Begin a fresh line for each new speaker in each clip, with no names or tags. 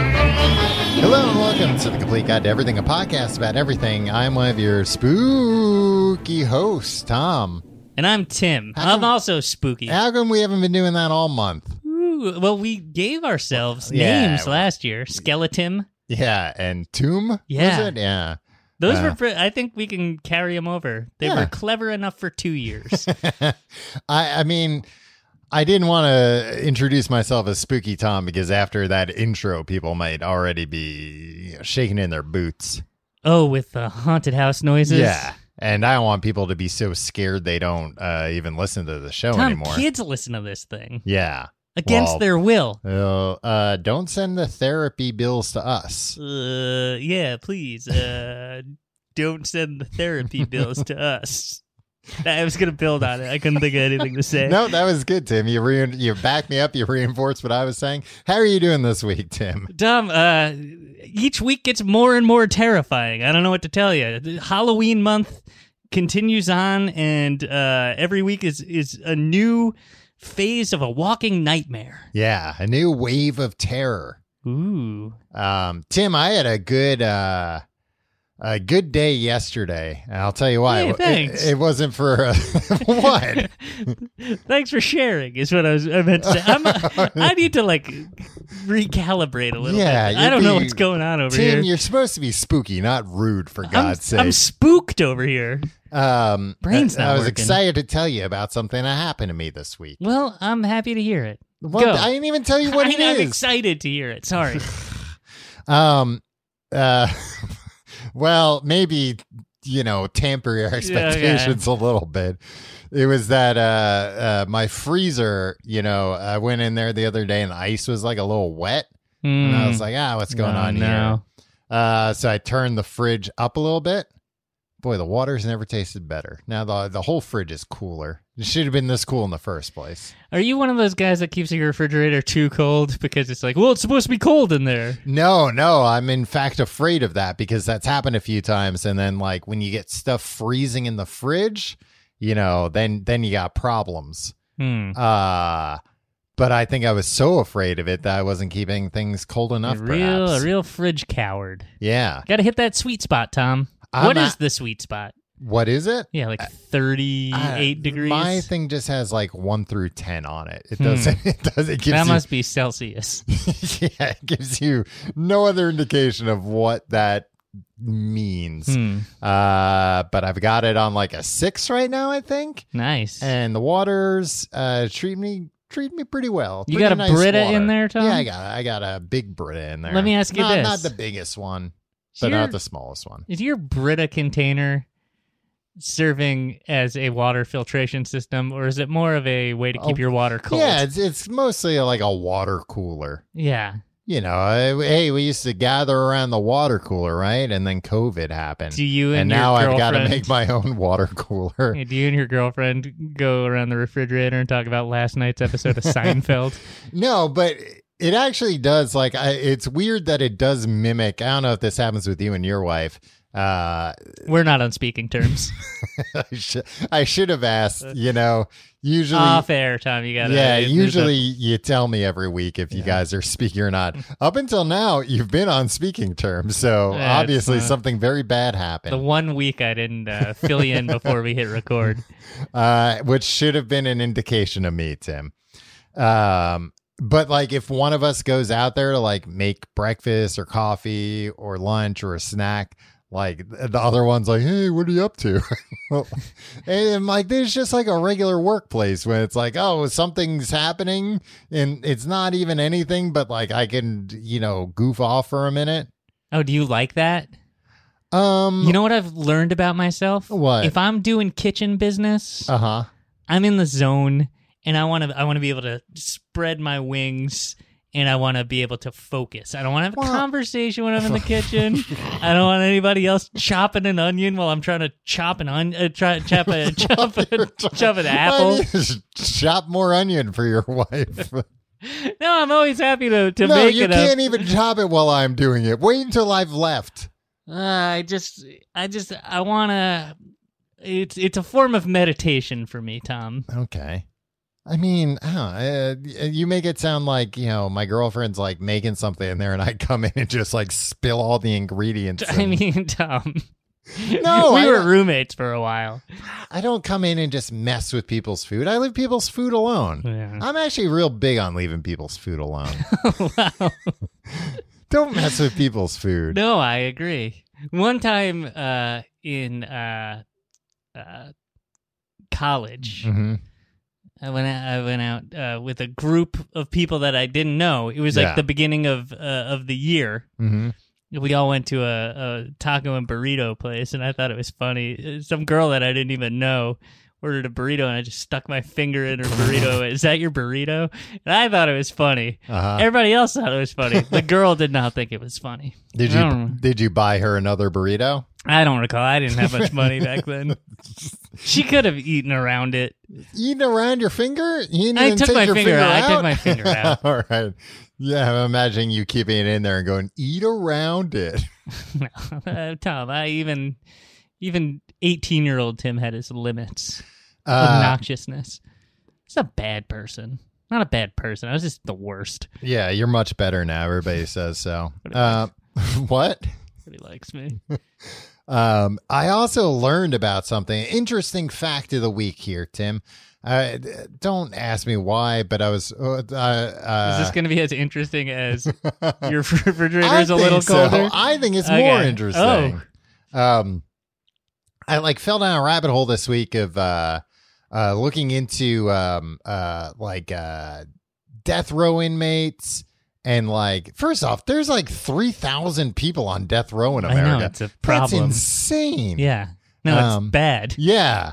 Hello and welcome to the Complete Guide to Everything, a podcast about everything. I'm one of your spooky hosts, Tom.
And I'm Tim.
How come-
I'm also spooky.
How come we haven't been doing that all month?
Ooh, well, we gave ourselves
Yeah,
names
well-
last year. Skeleton.
Yeah, and Tomb?
Yeah.
Was it? Yeah.
Those
Uh.
were. Pre- I think we can carry them over. They
Yeah.
were clever enough for two years.
I, I mean, I didn't want to introduce myself as Spooky Tom because after that intro, people might already be you know, shaking in their boots.
oh, with the haunted house noises.
Yeah. And I don't want people to be so scared they don't uh, even listen to the show
Tom,
anymore.
kids listen to this thing
yeah.
against
Well-
their will.
Uh, uh, don't send the therapy bills to us.
Uh, yeah, please. Uh, don't send the therapy bills to us. I was gonna build on it. I couldn't think of anything to say.
No, that was good, Tim. You re- you backed me up. You reinforced what I was saying. How are you doing this week, Tim?
Tom, uh, each week gets more and more terrifying. I don't know what to tell you. The Halloween month continues on, and uh, every week is is a new phase of a walking nightmare.
Yeah, a new wave of terror.
Ooh,
Um, Tim, I had a good uh, a good day yesterday. And I'll tell you why.
Hey,
It-
thanks.
It, wasn't for uh, what.
thanks for sharing. Is what I was I meant to say. I'm a, I need to like recalibrate a little.
Yeah,
bit.
you're
I don't know
being-
what's going on over
Tim,
here.
you're supposed to be spooky, not rude. For
I'm,
God's
I'm
sake,
spooked over here.
um,
Brain's
I, I
not
was
working.
excited to tell you about something that happened to me this week.
Well, I'm happy to hear it.
Well,
Go.
I didn't even tell you what
I,
it
I'm
is.
excited to hear it. Sorry.
Um, uh, well, maybe you know, tamper your expectations a little bit. It was that uh, uh, my freezer. You know, I went in there the other day and the ice was like a little wet, and I
Mm.
was like, ah, what's going
Oh,
on
no.
here? Uh, so I turned the fridge up a little bit. Boy, the water's never tasted better. Now the the whole fridge is cooler. It should have been this cool in the first place.
Are you one of those guys that keeps your refrigerator too cold because it's like, well, it's supposed to be cold in there?
No, no, I'm in fact afraid of that because that's happened a few times and then like when you get stuff freezing in the fridge, you know, then then you got problems.
Hmm.
Uh but I think I was so afraid of it that I wasn't keeping things cold
A
enough
real, a
perhaps.
real fridge coward.
yeah.
Got to hit that sweet spot, Tom.
I'm
what
a-
is the sweet spot?
What is it?
Yeah, like
Uh,
38 degrees. Hmm.
My thing just has like 1 through 10 on it. It doesn't it doesn't it gives
that
you
must be Celsius.
yeah, it gives you no other indication of what that means.
Hmm.
Uh, but I've got it on like a six right now, I think.
Nice.
And the waters uh treat me treat me pretty well.
You
Pretty
got a
nice
Brita
water.
in there, Tom?
Yeah, I got I got a big Brita in there.
Let me ask you
not,
this.
Not the biggest one,
Is
but
your-
not the smallest one.
Is your Brita container serving as a water filtration system, or is it more of a way to keep
Oh,
your water cold?
Yeah, it's it's mostly like a water cooler.
yeah.
You know, I, hey, we used to gather around the water cooler, right? And then COVID happened.
Do you and,
and
your
now I've got to
girlfriend-
make my own water cooler.
Yeah, do you and your girlfriend go around the refrigerator and talk about last night's episode of Seinfeld?
No, but it actually does. Like, I, it's weird that it does mimic. I don't know if this happens with you and your wife. Uh,
We're not on speaking terms.
I, sh- I should have asked.
Uh,
You know, usually.
Off air, Tom. You got
yeah, usually you tell me every week if you guys are speaking or not.
Mm.
Up until now, you've been on speaking terms, so
Yeah, it's
obviously
not-
something very bad
the,
happened,
the one week I didn't uh, fill you in before we hit record.
uh, which should have been an indication of me, Tim. Um, but like if one of us goes out there to like make breakfast or coffee or lunch or a snack, Like th- the other one's like, hey, what are you up to? and, and like, there's just like a regular workplace where it's like, oh, something's happening and it's not even anything, but like I can, you know, goof off for a minute.
Oh, do you like that?
Um,
You know what I've learned about myself?
What?
If I'm doing kitchen business,
uh huh.
I'm in the zone and I want to I want to be able to spread my wings and I want to be able to focus. I don't want to have a
Well-
conversation when I'm in the kitchen. I don't want anybody else chopping an onion while I'm trying to chop an onion, uh, try chop a chop a, chop an apple.
Chop more onion for your wife.
No, I'm always happy to to
no,
make
you
it up.
can't even chop it while I'm doing it. Wait until I've left.
Uh, I just I just I want to it's it's a form of meditation for me, Tom.
Okay. I mean, I don't know, uh, you make it sound like you know my girlfriend's like making something in there, and I come in and just like spill all the ingredients.
I
and-
mean, Tom.
No,
we
I-
were roommates for a while.
I don't come in and just mess with people's food. I leave people's food alone.
Yeah.
I'm actually real big on leaving people's food alone.
wow.
don't mess with people's food.
No, I agree. One time uh, in uh, uh, college,
hmm
I went out, I went out uh, with a group of people that I didn't know. It was like
Yeah.
the beginning of uh, of the year.
hmm
We all went to a, a taco and burrito place, and I thought it was funny. Uh, Some girl that I didn't even know ordered a burrito, and I just stuck my finger in her burrito. Is that your burrito? And I thought it was funny.
Uh-huh.
Everybody else thought it was funny. The girl did not think it was funny.
Did
I
you
don't-
did you buy her another burrito?
I don't recall. I didn't have much money back then. She could have eaten around it.
eating around your finger? You
I
didn't
took
take
my
your
finger
finger
out. I
out.
took my finger out.
All right. Yeah, I'm imagining you keeping it in there and going, eat around it.
Uh, Tom, I even even eighteen year old Tim had his limits.
Uh,
Obnoxiousness. He's a bad person. Not a bad person. I was just the worst.
yeah, you're much better now. Everybody says so. Uh, what?
Nobody likes me.
Um, I also learned about something interesting fact of the week here, Tim. Uh, d- don't ask me why, but I was. Uh, uh,
Is this going to be as interesting as your
I
refrigerator's a little
think so.
colder?
I think it's
Okay. Oh.
more interesting. Um, I like fell down a rabbit hole this week of uh, uh, looking into um, uh, like uh, death row inmates. And like, first off, there's like three thousand people on death row in
I know,
America.
it's a
That's
problem.
insane.
Yeah. No,
Um,
it's bad.
yeah.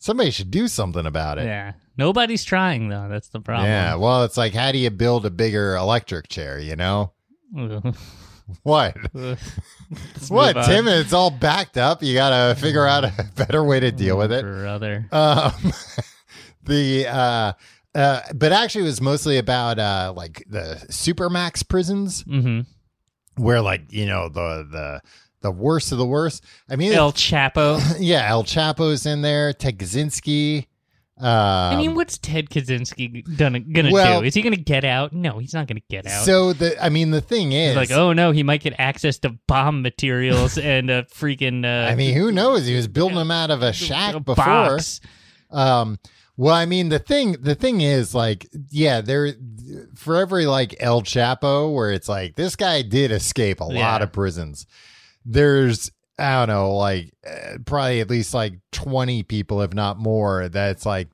Somebody should do something about it.
Yeah. Nobody's trying though. That's the problem.
Yeah, Well, it's like, how do you build a bigger electric chair? You know
Ugh.
what?
Let's
What,
move on.
Tim? It's all backed up. You got to figure out a better way to deal with it.
Brother.
Um, the uh, uh, but actually, it was mostly about uh, like the supermax prisons,
Mm-hmm.
where like you know the the the worst of the worst. I mean,
El Chapo.
yeah, El Chapo's in there, Tegzinski. Um,
I mean, what's Ted Kaczynski gonna, gonna
well-
do? Is he gonna get out? No, he's not gonna get out.
so the I mean, the thing
He's
is,
like, oh no, he might get access to bomb materials and a freaking. Uh,
I mean, who knows? He was building them out of a shack
a
before.
box.
Um, well, I mean, the thing, the thing is, like, yeah, there for every like El Chapo, where it's like this guy did escape a lot
Yeah.
of prisons. There's, I don't know, like uh, probably at least like twenty people, if not more. That's like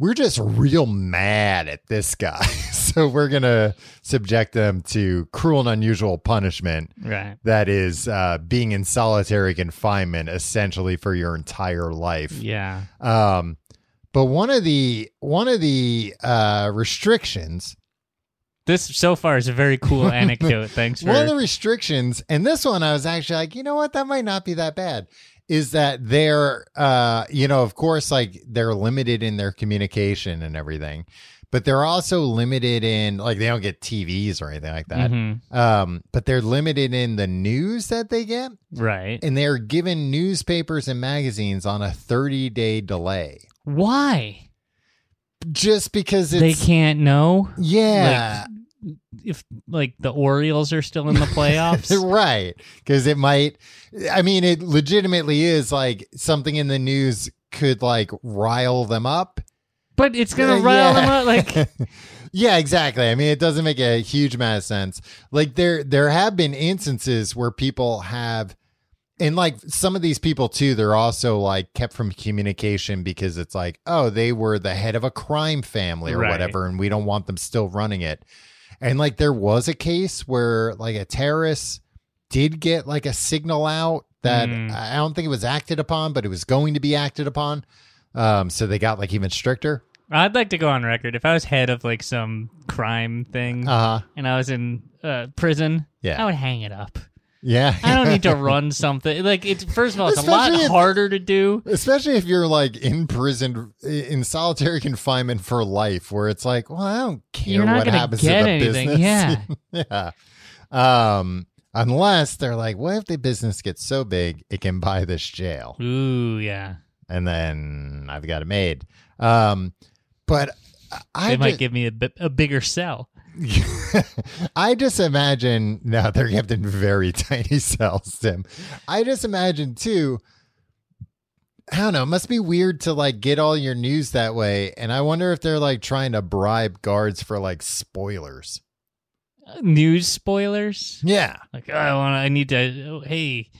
we're just real mad at this guy, so we're gonna subject them to cruel and unusual punishment.
Right.
That is uh, being in solitary confinement essentially for your entire life.
Yeah.
Um, but one of the one of the uh, restrictions,
This so far is a very cool anecdote. Thanks for.
one of the restrictions, and this one I was actually like, you know what, that might not be that bad. Is that they're, uh, you know, of course, like they're limited in their communication and everything, but they're also limited in like they don't get TVs or anything like that.
Mhm.
Um, but they're limited in the news that they get,
Right.
and they're given newspapers and magazines on a thirty day delay,
Why?
just because it's
They can't know
yeah.
if like the Orioles are still in the playoffs.
right because it might i mean it legitimately is like something in the news could like rile them up
But it's gonna
Uh,
rile
yeah.
them up. Like
yeah exactly i mean it doesn't make a huge amount of sense like there there have been instances where people have and like some of these people too they're also like kept from communication because it's like oh they were the head of a crime family or
Right.
whatever and we don't want them still running it and like there was a case where like a terrorist did get like a signal out that
Mm.
i don't think it was acted upon but it was going to be acted upon um so they got like even stricter
I'd like to go on record. If I was head of like some crime thing
uh-huh
and I was in uh, prison,
Yeah.
I would hang it up.
yeah
I don't need to run something. Like it's first of all, it's a lot
Especially if-
harder to do.
Especially if you're like in prison, in solitary confinement for life, where it's like, well, I don't care
You're not
what
gonna
happens
get
to the
anything,
business. Yeah. yeah. Um, unless they're like, what if the business gets so big it can buy this jail?
Ooh, yeah.
And then I've got it made. Um, but I
They might
ju-
give me a, bi- a bigger cell.
I just imagine no, they're kept in very tiny cells, Tim. I just imagine too. I don't know. It must be weird to like get all your news that way, and I wonder if they're like trying to bribe guards for like spoilers.
Uh, News spoilers.
Yeah,
Like oh, I want. I need to. oh, hey,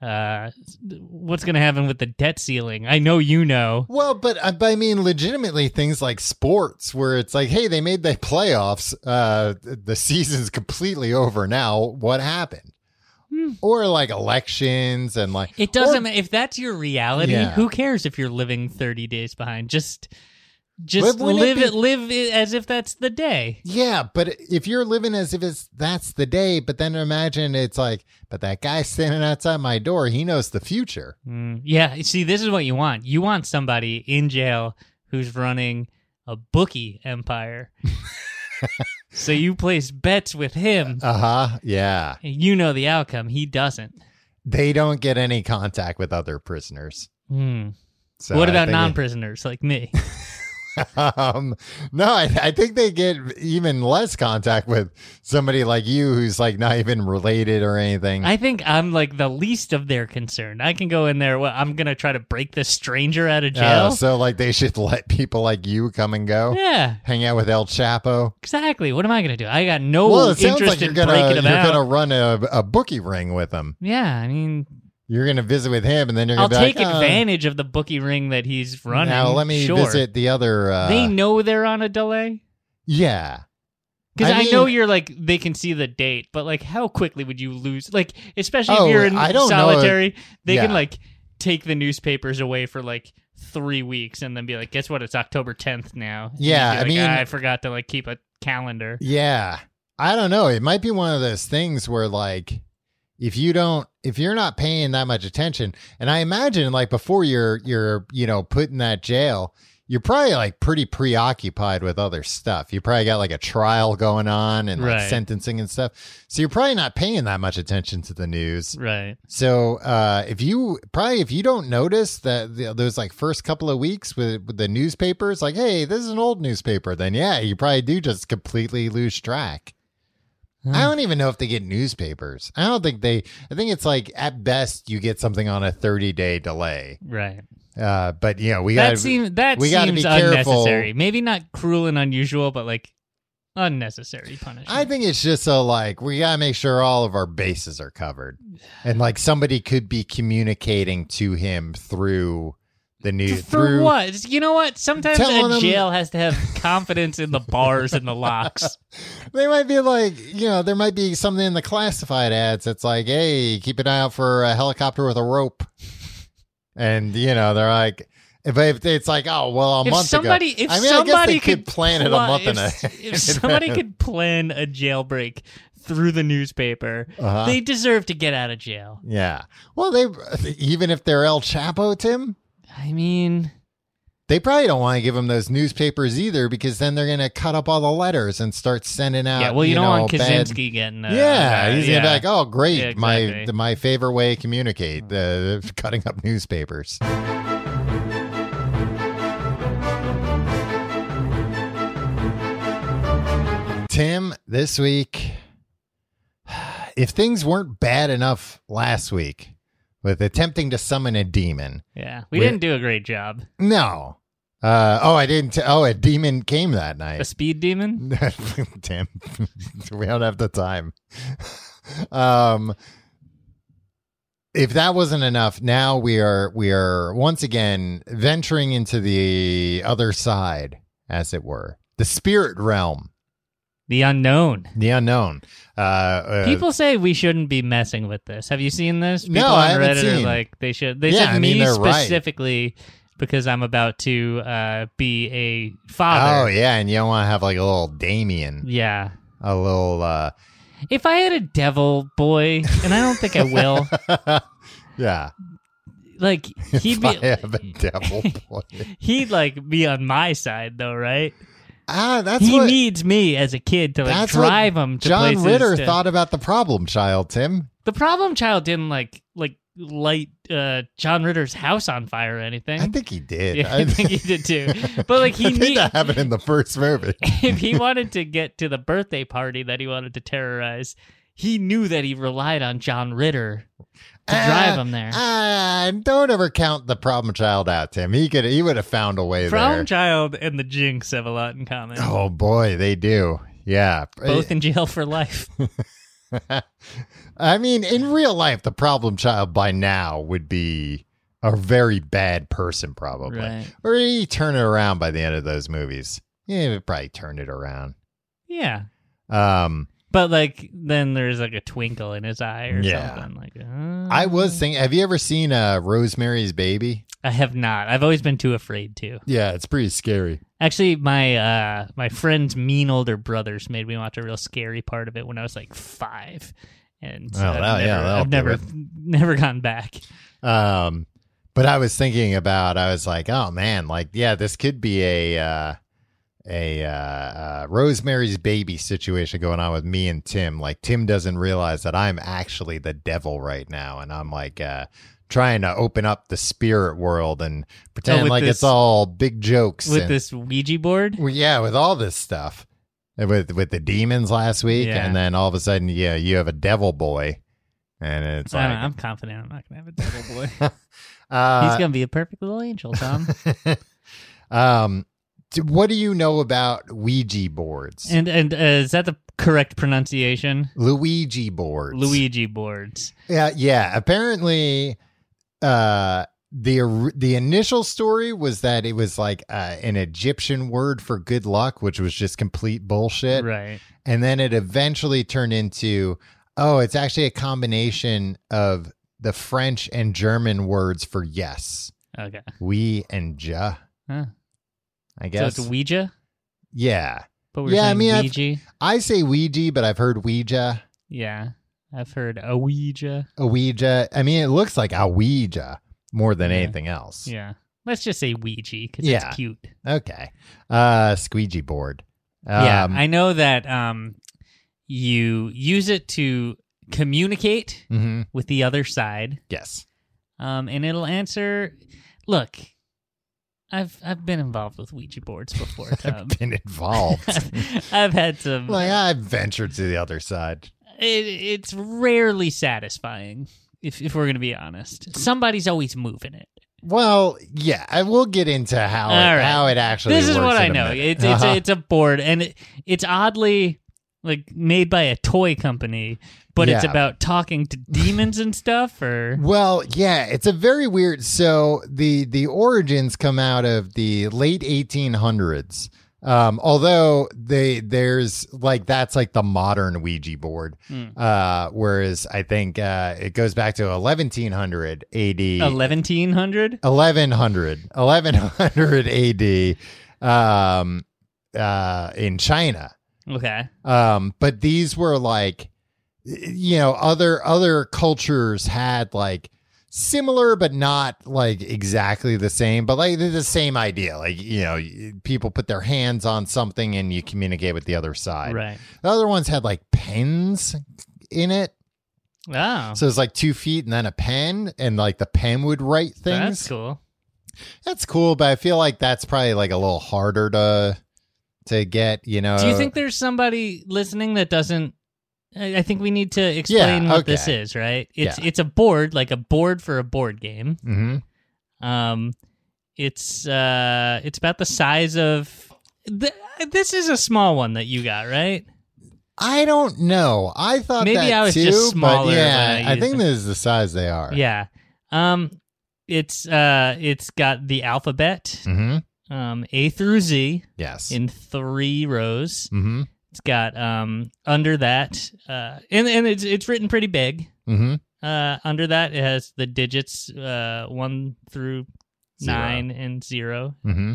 uh, what's gonna happen with the debt ceiling? I know you know.
Well, but I, but I mean, legitimately, things like sports, where it's like, hey, they made the playoffs. Uh, th- the season's completely over now. What happened? Or like elections and like
It doesn't.
or-
ma- if that's your reality,
Yeah.
who cares if you're living 30 days behind? Just, just
But wouldn't it
live
be-
it. Live it as if that's the day.
Yeah, but if you're living as if it's that's the day, but then imagine it's like, but that guy standing outside my door, he knows the future.
Mm, yeah. you See, this is what you want. You want somebody in jail who's running a bookie empire. so you place bets with him.
Uh huh. Yeah,
and you know the outcome. He doesn't.
they don't get any contact with other prisoners.
Hmm.
So
what
I
about
think-
non-prisoners like me?
um, no, I, I think they get even less contact with somebody like you, who's like not even related or anything.
I think I'm like the least of their concern. I can go in there. Well, I'm gonna try to break this stranger out of
Uh,
jail.
so like they should let people like you come and go,
yeah,
hang out with El Chapo.
exactly. What am I gonna do? I got no
well, it sounds
Oh, interest
like you're
in
gonna
breaking
you're
them out.
gonna run a, a bookie ring with them.
Yeah, I mean,
You're gonna visit with him, and then you're gonna
I'll
be
take
like, "Uh,
advantage of the bookie ring that he's running.
Now let me
sure.
visit the other. Uh,
they know they're on a delay
yeah,
because
I
I, know
mean-
you're like they can see the date, but like how quickly would you lose? Like especially
Oh,
if you're in
I don't know.
solitary, they can
Yeah.
like take the newspapers away for like three weeks and then be like, guess what? It's October 10th now. And
Yeah,
you'd be
I
like,
mean-
"Ah, I forgot to like keep a calendar.
yeah. I don't know. It might be one of those things where like, if you don't, if you're not paying that much attention, and I imagine like before you're you're you know put in that jail, you're probably like pretty preoccupied with other stuff. You probably got like a trial going on and like
Right.
sentencing and stuff, so you're probably not paying that much attention to the news.
Right.
So uh, if you probably if you don't notice that the, those like first couple of weeks with, with the newspapers, like hey, this is an old newspaper, then yeah, you probably do just completely lose track.
Hmm.
I don't even know if they get newspapers. I don't think they. I think it's like at best you get something on a thirty day delay.
Right.
Uh, but you know we got
that seems that
we gotta
seems
be careful.
unnecessary. Maybe not cruel and unusual, but like unnecessary punishment.
I think it's just so like we gotta make sure all of our bases are covered, and like somebody could be communicating to him through the news
For
through
what? You know what? Sometimes
Telling
a
them-
jail has to have confidence in the bars and the locks.
They might be like, you know, there might be something in the classified ads that's like, hey, keep an eye out for a helicopter with a rope. And, you know, they're like, but if it's like, oh, well, a
if
month
somebody,
ago.
if
I mean,
somebody
I guess they could,
could
plan it a
pla-
month
if,
and a
if somebody could plan a jailbreak through the newspaper,
Uh-huh.
they deserve to get out of jail.
Yeah. Well, they, even if they're El Chapo, Tim,
I mean,
they probably don't want to give them those newspapers either because then they're going to cut up all the letters and start sending out.
yeah. Well, you, don't
know,
want
bad-
Kaczynski getting. Uh,
yeah,
uh,
he's gonna be like, "Oh, great!
Yeah,
My
exactly.
my favorite way to communicate, uh, cutting up newspapers." Tim, this week, if things weren't bad enough last week with attempting to summon a demon,
yeah. We
We're-
didn't do a great job.
no. Uh, oh, I didn't. T- oh, a demon came that night.
A speed demon.
Damn, we don't have the time. um, if that wasn't enough, now we are we are once again venturing into the other side, as it were, the spirit realm,
The unknown.
the unknown. Uh, uh,
People say we shouldn't be messing with this. Have you seen this? People
No,
on
I haven't
Reddit are
seen.
like they should. They
Yeah,
said
I mean,
me
they're right.
specifically because I'm about to uh, be a father.
oh yeah, and you don't want to have like a little Damien,
yeah.
a little. uh
If I had a devil boy, and I don't think I will,
Yeah,
like he'd
if I
be
have a devil boy.
he'd like be on my side though, right?
Ah, that's
he
what
needs me as a kid to like
that's
drive
what
him to
John
places.
Ritter
to-
thought about the problem child, Tim.
the problem child didn't like like light uh, John Ritter's house on fire or anything.
I think he did.
yeah, I think he did too. But like
I
he
think
need,
that happened in the first movie.
if he wanted to get to the birthday party that he wanted to terrorize, he knew that he relied on John Ritter to drive
Ah,
him there.
Ah, don't ever count the problem child out, Tim. He could he would have found a way
Problem
there.
child and the Jinx have a lot in common.
oh boy, they do. Yeah.
Both in jail for life.
I mean, in real life, the problem child by now would be a very bad person, probably.
Right.
Or he turn it around by the end of those movies. Yeah, he probably turned it around.
yeah.
Um,
But like then there's like a twinkle in his eye or
Yeah.
something. Like uh,
I was thinking, have you ever seen uh, Rosemary's Baby?
I have not. I've always been too afraid to.
Yeah, it's pretty scary.
Actually, my uh, my friend's mean older brothers made me watch a real scary part of it when I was like five, and
Oh,
I've
that- yeah,
never,
that'll
I've
do
never
it.
never gone back.
Um, but I was thinking about, I was like, oh man, like, yeah, this could be a, uh, a uh, uh, Rosemary's Baby situation going on with me and Tim. Like Tim doesn't realize that I'm actually the devil right now, and I'm like uh, trying to open up the spirit world and pretend
Oh, with
like
this-
it's all big jokes.
with
and-
this Ouija board.
well, yeah, with all this stuff, And with with the demons last week,
Yeah.
and then all of a sudden, yeah, you have a devil boy, and it's
I
like
don't know, I'm confident I'm not gonna have a devil boy.
uh,
He's gonna be a perfect little angel, Tom.
um, d- what do you know about Ouija boards?
and and uh, is that the correct pronunciation?
Luigi boards.
Luigi boards.
Yeah, yeah. Apparently, uh, the or- the initial story was that it was like uh, an Egyptian word for good luck, which was just complete bullshit.
Right.
And then it eventually turned into, oh, it's actually a combination of the French and German words for yes,
Okay.
we and ja.
Huh.
I
So
guess.
it's Ouija,
yeah.
but we're
Yeah, I
saying
mean, I've-
Ouija.
I say Ouija, but I've heard Ouija.
Yeah, I've heard a Ouija.
A Ouija. I mean, it looks like a Ouija more than
Yeah.
anything else.
Yeah. Let's just say Ouija because
Yeah.
it's cute.
Okay. Uh, squeegee board. Um,
yeah, I know that um, you use it to communicate
mhm.
with the other side,
Yes.
um, and it'll answer. Look, I've I've been involved with Ouija boards before, Tom.
Been involved.
I've had some.
like I ventured to the other side.
it, it's rarely satisfying, if if we're gonna be honest. Somebody's always moving it.
Well, yeah, I will get into how it,
All right.
how it actually.
this is
works
what
in
I
a
know.
minute.
It's it's
Uh-huh.
a, it's a board, and it, it's oddly like made by a toy company, but it's
Yeah.
about talking to demons and stuff. Or
Well, yeah, it's a very weird. So the the origins come out of the late 1800s. Um, although they there's like that's like the modern Ouija board, uh, whereas I think uh, it goes back to 1100 AD.
eleventeen hundred.
1100 1100 AD um, uh, in China
Okay,
um but these were like y- you know other other cultures had like similar but not like exactly the same but like they're the same idea like you know y- people put their hands on something and you communicate with the other side
right.
the other ones had like pens in it
Oh,
so it's like two feet and then a pen and like the pen would write things
that's cool.
That's cool, but i feel like that's probably like a little harder to to get you know
Do you think there's somebody listening that doesn't? I I think we need to explain what
okay.
this is, right? It's
Yeah.
it's a board, like a board for a board game.
Mhm.
Um, it's uh, it's about the size of. Th- this is a small one that you got, right?
I don't know. I thought
Maybe
that
I was
too,
just
but
smaller
Yeah,
when I
I
used
think
it.
this is the size they are.
Yeah. Um it's uh it's got the alphabet
Mm-hmm.
um A through Z
Yes.
in 3 rows.
mm-hmm.
It's got um under that uh and and it's it's written pretty big.
Mm-hmm.
Uh under that it has the digits uh 1 through
Zero.
9 and 0.
Mm-hmm.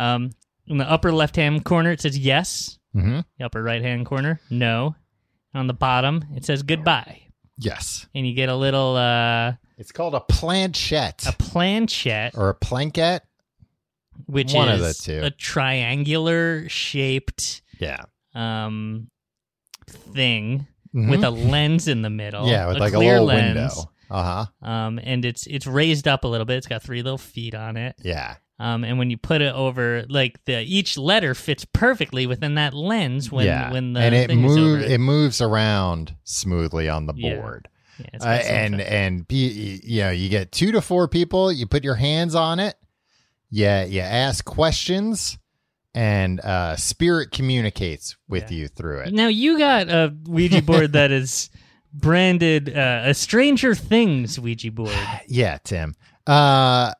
Um in the upper left-hand corner it says yes.
Mm-hmm.
The upper right-hand corner no. On the bottom it says goodbye.
Yes.
And you get a little uh
It's called a planchette
a planchette
or a planquette.
which
One of
is
the two.
a triangular shaped
Yeah.
um thing
Mhm.
with a lens in the middle.
Mm-hmm. yeah, with like a
clear
little
lens.
window. Uh huh.
Um, and it's it's raised up a little bit. It's got three little feet on it.
Yeah.
Um, and when you put it over, like the each letter fits perfectly within that lens. When
yeah.
when the
and it
thing is over
moves
it.
it moves around smoothly on the
Yeah.
board.
Yeah, it's
Uh,
got some
and
effect.
and be, you know you get two to four people. You put your hands on it. Yeah, you ask questions, and uh, spirit communicates with
Yeah.
you through it.
now you got a Ouija board that is branded uh, a Stranger Things Ouija board.
Yeah, Tim. Uh,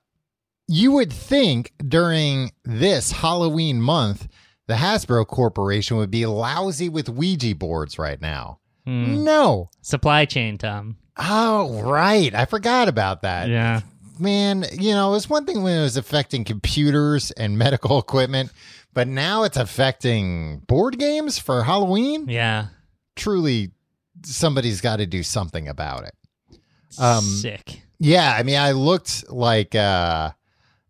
you would think during this Halloween month, the Hasbro Corporation would be lousy with Ouija boards right now.
Hmm.
No.
Supply chain, Tom.
Oh, right. I forgot about that.
Yeah.
Man, you know, it was one thing when it was affecting computers and medical equipment, but now it's affecting board games for Halloween.
Yeah.
Truly, somebody's got to do something about it. Um,
Sick.
Yeah, I mean, I looked like uh,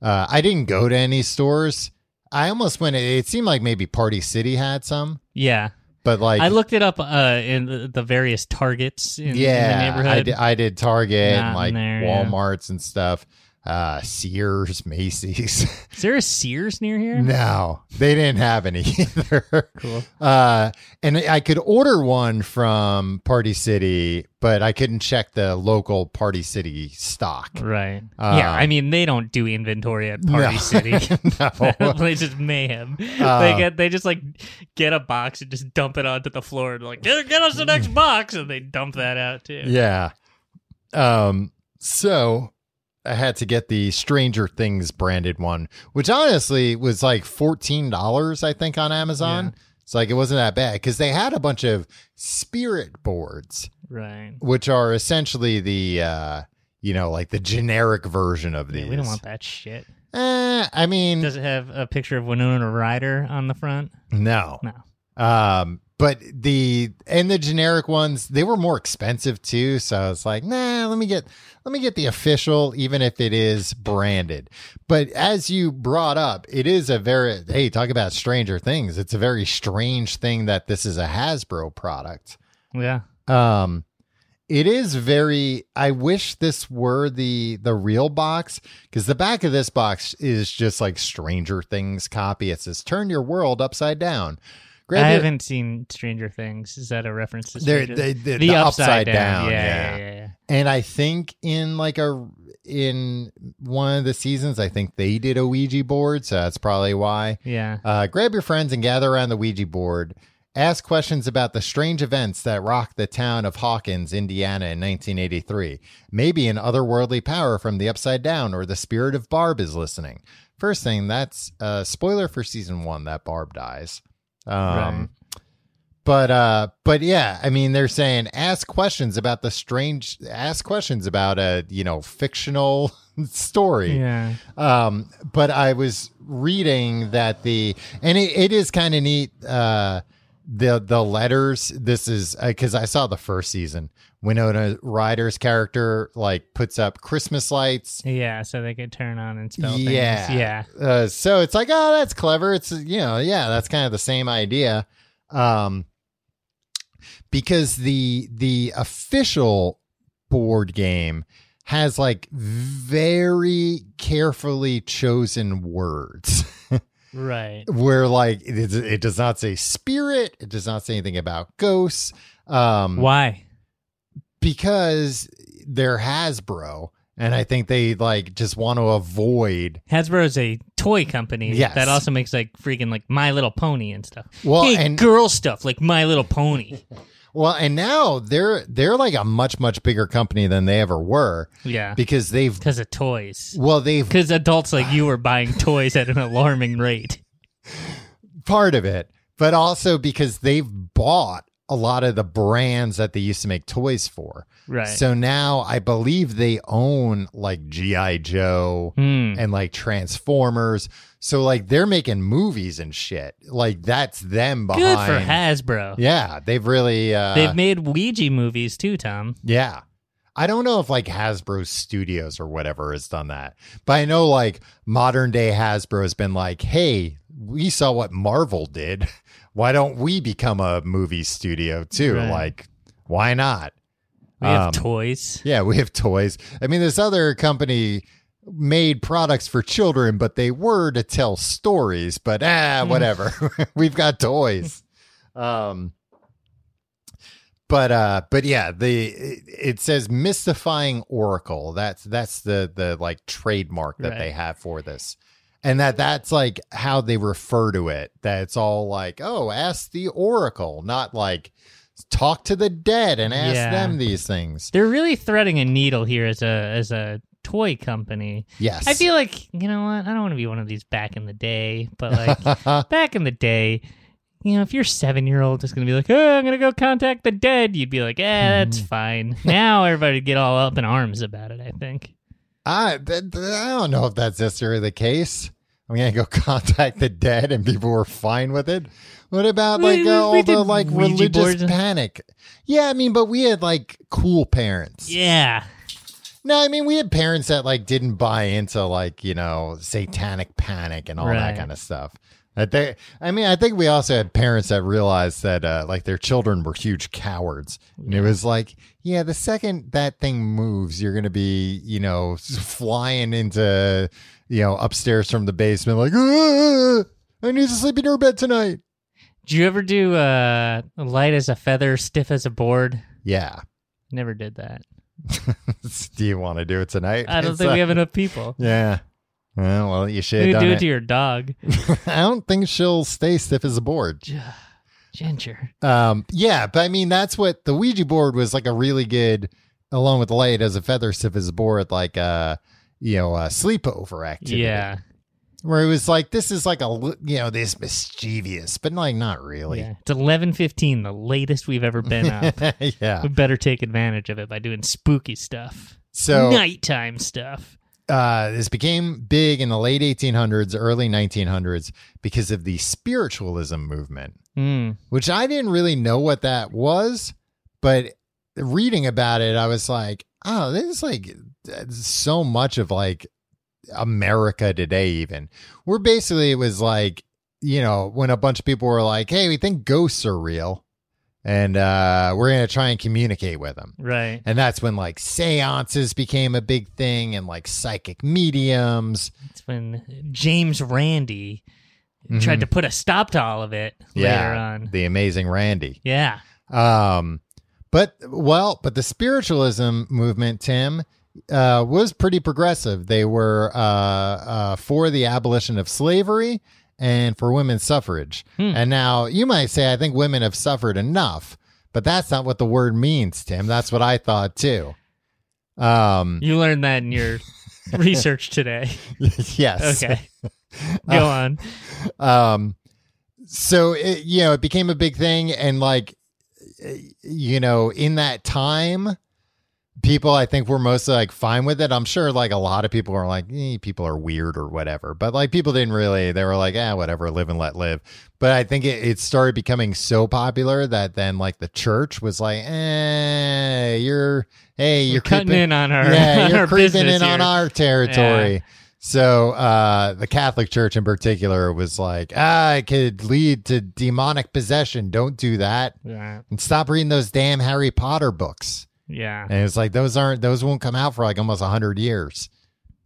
uh, I didn't go to any stores. I almost went. It seemed like maybe Party City had some,
Yeah.
but like
I looked it up uh, in the- the various targets in, in
yeah,
the neighborhood.
I did, I did Target and
Not
like
in there, yeah.
WalMarts and stuff, uh, Sears, Macy's.
Is there a Sears near here?
no, they didn't have any either.
Cool.
Uh, and I could order one from Party City, but I couldn't check the local Party City stock.
Right.
Uh,
yeah. I mean, they don't do inventory at Party City.
no.
they just mayhem.
Uh,
they get they just like get a box and just dump it onto the floor and like get, get us the next box and they dump that out too.
Yeah. Um so I had to get the Stranger Things branded one, which honestly was like $14 I think on Amazon. It's like it wasn't that bad cuz they had a bunch of spirit boards
Right.
which are essentially the uh you know like the generic version of these.
Yeah, we don't want that shit.
Eh, I mean
Does it have a picture of Winona Ryder on the front?
no.
No.
Um but the and the generic ones they were more expensive too so it's like nah let me get let me get the official even if it is branded but as you brought up it is a very hey talk about stranger things it's a very strange thing that this is a hasbro product
Yeah.
um it is very i wish this were the the real box because the back of this box is just like stranger things copy it says turn your world upside down Grab
I
your-
haven't seen Stranger Things. Is that a reference to
They're-
Stranger
they-
Things?
they're the upside down,
Yeah,
yeah.
yeah, yeah,
And I think in like a in one of the seasons, I think they did a Ouija board, so that's probably why.
yeah.
Uh, grab your friends and gather around the Ouija board. Ask questions about the strange events that rocked the town of Hawkins, Indiana in 1983. Maybe an otherworldly power from the upside down or the spirit of Barb is listening. First thing, that's a spoiler for season one that Barb dies. Um,
Right.
But uh, but yeah, I mean, they're saying ask questions about the strange, ask questions about a you know fictional story.
Yeah.
Um, but I was reading that the and it, it is kind of neat. Uh, the the letters. This is because I saw the first season. Winona Ryder's character like puts up Christmas lights.
Yeah, so they could turn on and spell
Yeah,
things. Yeah.
Uh, so it's like, oh, that's clever. It's you know, yeah, that's kind of the same idea. Um, because the the official board game has like very carefully chosen words
Right.
where like it, it does not say spirit it does not say anything about ghosts um
Why?
because they're hasbro and I think they like just want to avoid.
Hasbro is a toy company
Yes.
that also makes like freaking like My Little Pony and stuff.
Well,
hey,
and-
girl stuff like My Little Pony.
Well, and now they're they're like a much much bigger company than they ever were
yeah,
because they've
because of toys.
well they've
Because adults like you are buying toys at an alarming rate.
part of it, but also because they've bought a lot of the brands that they used to make toys for.
Right.
So now I believe they own like GI Joe
Hmm.
and like Transformers. So like they're making movies and shit. Like that's them behind.
Good for Hasbro.
Yeah, they've really uh,
They've made Ouija movies too, Tom.
yeah. I don't know if like Hasbro Studios or whatever has done that, but I know like modern day Hasbro has been like, hey, we saw what Marvel did. Why don't we become a movie studio too?
Right.
Like, why not?
We have
Um,
toys.
Yeah, we have toys. I mean, this other company made products for children, but they were to tell stories, but
Mm.
ah, whatever. We've got toys. Um but uh but yeah, the it, it says mystifying oracle. That's that's the the like trademark that
Right.
they have for this. And that that's like how they refer to it. That it's all like, "Oh, ask the oracle," not like talk to the dead and ask
Yeah.
them these things.
They're really threading a needle here as a as a toy company.
Yes.
I feel like you know what? I don't want to be one of these back in the day, but like back in the day, you know, if your seven year old is gonna be like, "Oh, I'm gonna go contact the dead," you'd be like, "Eh, that's fine." Now everybody would get all up in arms about it. I think.
I, th- th- I don't know if that's necessarily the case. I'm gonna go contact the dead, and people were fine with it. What about
We-
like
we-
uh,
we
all the
did
like
Ouija
religious
boards and-
panic? Yeah, I mean, but we had like cool parents.
Yeah.
No, I mean, we had parents that like didn't buy into like you know satanic panic and all
Right.
that kind of stuff. I think. I mean, I think we also had parents that realized that uh, like their children were huge cowards, and it was like, yeah, the second that thing moves, you're gonna be you know s- flying into you know upstairs from the basement like, "Ah, I need to sleep in your bed tonight.
Did you ever do uh, light as a feather, stiff as a board?
Yeah.
Never did that.
do you want to do it tonight?
I don't
It's,
think we
uh,
have enough people.
Yeah. Well, well, you should
You
have
could
done
do
it.
it to your dog,
I don't think she'll stay stiff as a board.
Ginger.
Um, yeah, but I mean, that's what the Ouija board was like a really good, along with light as a feather stiff as a board, like uh, you know, uh, sleepover activity.
Yeah,
where it was like this is like a li- you know this mischievous, but like not really.
yeah. It's eleven fifteen, the latest we've ever been up.
yeah.
we better take advantage of it by doing spooky stuff,
So
nighttime stuff.
uh, this became big in the late 1800s, early 1900s because of the spiritualism movement.
Mm.
which I didn't really know what that was, but reading about it, I was like, oh, this is like so much of like America today, even. Where basically it was like, you know, when a bunch of people were like, hey, we think ghosts are real and uh, we're going to try and communicate with them.
Right.
And that's when like seances became a big thing and like psychic mediums.
That's when James Randy
Mm-hmm.
tried to put a stop to all of it later on.
The amazing Randy.
Yeah.
Um, but well, but the spiritualism movement, Tim, uh, was pretty progressive. They were uh, uh, for the abolition of slavery and for women's suffrage. And now you might say, I think women have suffered enough, but that's not what the word means, Tim. That's what I thought too. Um,
You learned that in your research today.
yes.
Okay.
Uh,
Go on.
um so it, you know it became a big thing and like you know in that time people i think were mostly like fine with it i'm sure like a lot of people are like eh, people are weird or whatever but like people didn't really they were like ah whatever live and let live but i think it, it started becoming so popular that then like the church was like eh you're hey you're
You're cutting
creeping-
in on our,
yeah,
on
you're
our
creeping
business
in on
here.
our territory.
Yeah.
So uh, the Catholic Church in particular was like, ah, it could lead to demonic possession. Don't do that,
Yeah.
and stop reading those damn Harry Potter books.
Yeah.
And it's like those aren't those won't come out for like almost hundred years.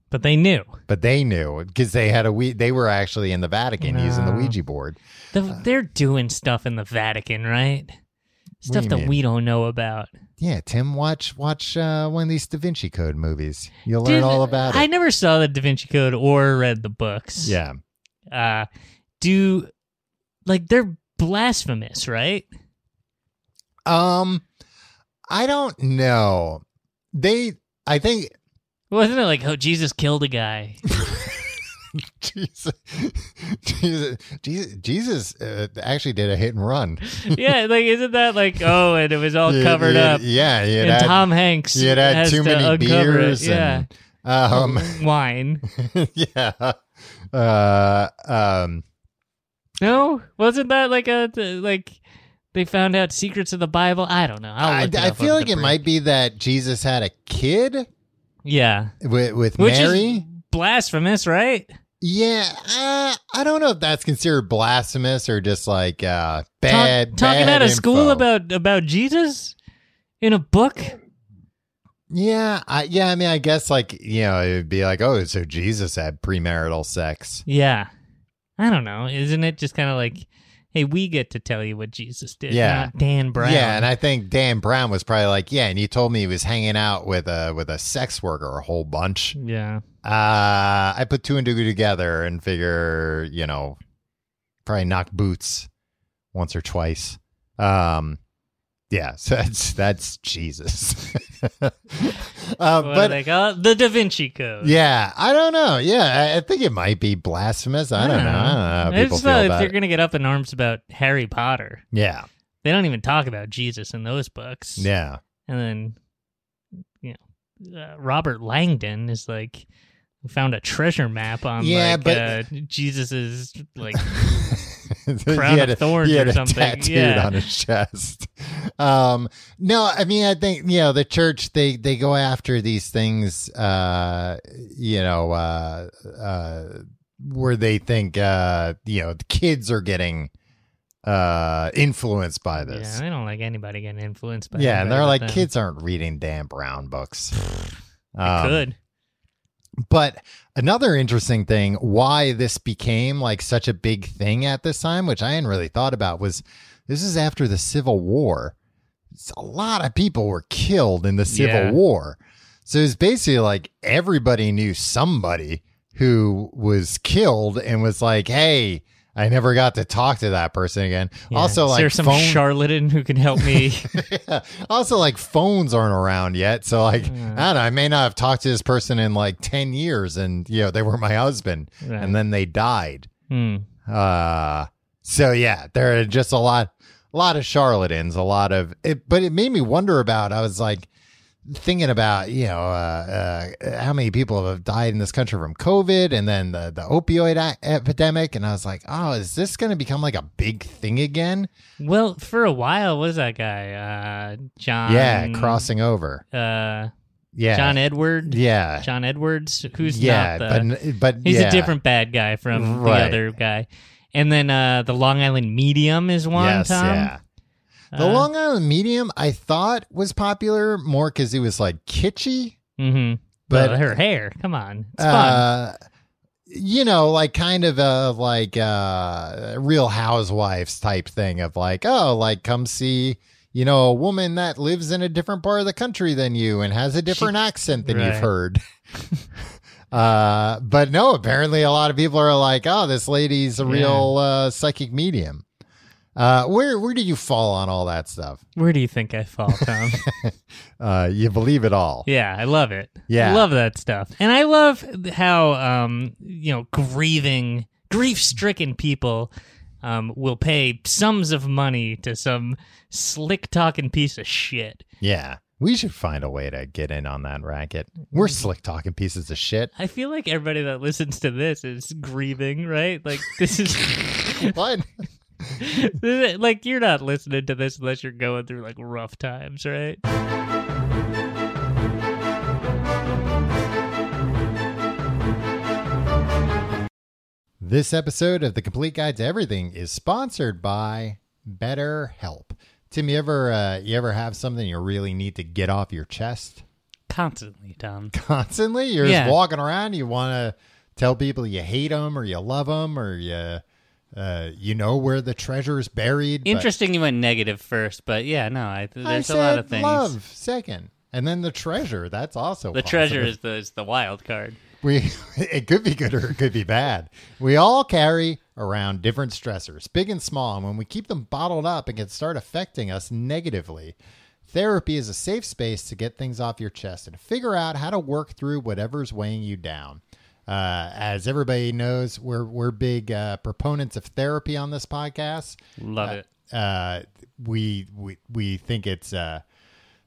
But they knew.
But they knew because they had a we they were actually in the Vatican using the
Wow.
Ouija board.
The, they're doing stuff in the Vatican, right? Stuff
you
that
mean?
we don't know about.
Yeah, Tim, watch watch uh, one of these Da Vinci Code movies. You'll learn
Dude,
all about it.
I never saw the Da Vinci Code or read the books.
yeah,
Uh, do like they're blasphemous, right?
Um, I don't know. They, I think,
Wasn't it like, oh, Jesus killed a guy?
Jesus, Jesus, Jesus, Jesus uh, actually did a hit and run.
yeah, like isn't that like, oh, and it was all
Yeah,
covered
yeah,
up,
Yeah, yeah.
and Tom Hanks
you had
has
too
to
many
uncover
beers.
it. Yeah,
And, um,
wine.
yeah. Uh, um,
No, wasn't that like a like they found out secrets of the Bible? I don't know. I'll
I,
look it
I
up
feel
over
like
the
it
break.
might be that Jesus had a kid
Yeah,
with, with
which
Mary.
is blasphemous, right?
Yeah, uh, I don't know if that's considered blasphemous or just like uh, bad.
Talk- talking
bad
out of
info.
school about about Jesus in a book.
Yeah, I, yeah. I mean, I guess like you know, it would be like, oh, so Jesus had premarital sex.
Yeah, I don't know. Isn't it just kind of like, hey, we get to tell you what Jesus did,
Yeah.
not Dan Brown.
Yeah, and I think Dan Brown was probably like, yeah, and you told me he was hanging out with a with a sex worker a whole bunch.
yeah.
Uh, I put two and two together and figure, you know, probably knock boots once or twice. Um, yeah, so that's that's Jesus. uh,
What
but
do they call it? uh, the Da Vinci Code.
yeah, I don't know. Yeah, I, I think it might be blasphemous. I don't know. I don't know how people
It's uh,
feel
not like
about
they're
it.
going to get up in arms about Harry Potter.
Yeah,
They don't even talk about Jesus in those books.
yeah,
And then, you know, uh, Robert Langdon is like found a treasure map on
Yeah,
like
but-
uh, Jesus's like
He had
of
a-
thorns
he had
or
a
something.
tattooed
Yeah.
on his chest. Um, no, I mean, I think you know the church. They they go after these things. Uh, you know, uh, uh, where they think uh, you know the kids are getting uh influenced by
yeah,
this.
they don't like anybody getting influenced by.
Yeah, and
anybody
they're
but
like
them.
kids aren't reading Dan Brown books.
They
Um,
could.
But another interesting thing, why this became like such a big thing at this time, which I hadn't really thought about, was this is after the Civil War. It's a lot of people were killed in the Civil
Yeah.
War. So it's basically like everybody knew somebody who was killed and was like, hey, I never got to talk to that person again.
Yeah.
Also,
Is
like,
there some
phone-
charlatan who can help me?
yeah. Also, like phones aren't around yet, so like I don't know. I may not have talked to this person in like ten years, and you know they were my husband,
Right.
and then they died.
Hmm.
Uh, so yeah, there are just a lot, a lot of charlatans, a lot of it. But it made me wonder about. I was like thinking about you know uh, uh, how many people have died in this country from COVID, and then the the opioid a- epidemic, and I was like, oh, is this going to become like a big thing again?
Well, for a while, what was that guy? Uh, John.
yeah, crossing over.
Uh,
Yeah,
John Edward.
Yeah.
John Edwards, who's
yeah,
not the.
but n- but
he's
yeah.
a different bad guy from
Right.
the other guy. And then uh, the Long Island Medium is one,
Yes,
Tom.
yeah. The
Uh,
Long Island Medium, I thought was popular more because it was like kitschy,
Mm-hmm.
but
But her hair, come on. It's fun.
uh, you know, like kind of a like uh, Real Housewives type thing of like, oh, like come see. You know, a woman that lives in a different part of the country than you and has a different accent than you've
Right.
heard. uh, but no, apparently a lot of people are like, oh, this lady's a
Yeah.
real uh, psychic medium. Uh, where where do you fall on all that stuff?
Where do you think I fall, Tom?
Uh, you believe it all?
yeah, I love it.
Yeah.
I love that stuff. And I love how, um, you know, grieving, grief stricken people. Um, will pay sums of money to some slick talking piece of shit.
Yeah. We should find a way to get in on that racket. We're
Mm.
slick talking pieces of shit.
I feel like everybody that listens to this is grieving, right? Like this is
What?
This is- like you're not listening to this unless you're going through like rough times, right?
This episode of The Complete Guide to Everything is sponsored by BetterHelp. Tim, you ever uh, you ever have something you really need to get off your chest
Constantly, Tom.
constantly? You're
Yeah.
just walking around. You want to tell people you hate them or you love them or you uh, you know where the treasure's buried. but-
Interesting you went negative first, but yeah, no, I,
I
there's a
said
lot of things.
love second, and then the treasure. That's also
The
positive.
treasure is the, is the wild card.
We it could be good or it could be bad. We all carry around different stressors, big and small, and when we keep them bottled up, it can start affecting us negatively. Therapy is a safe space to get things off your chest and figure out how to work through whatever's weighing you down. Uh, as everybody knows, we're we're big uh, proponents of therapy on this podcast.
Love it.
Uh, we we we think it's uh,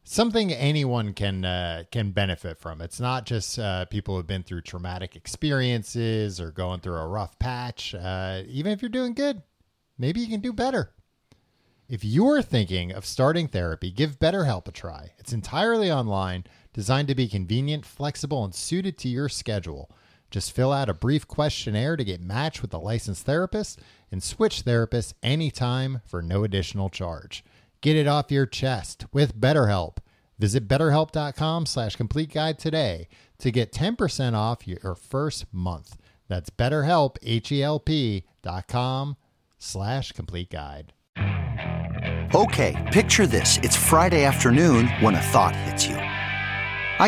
something anyone can uh, can benefit from. It's not just uh, people who've been through traumatic experiences or going through a rough patch. Uh, even if you're doing good, maybe you can do better. If you're thinking of starting therapy, give BetterHelp a try. It's entirely online, designed to be convenient, flexible, and suited to your schedule. Just fill out a brief questionnaire to get matched with a licensed therapist and switch therapists anytime for no additional charge. Get it off your chest with BetterHelp. Visit betterhelp.com slash complete guide today to get 10% off your first month. That's betterhelp, H-E-L-P dot com slash complete guide.
Okay, picture this. It's Friday afternoon when a thought hits you. I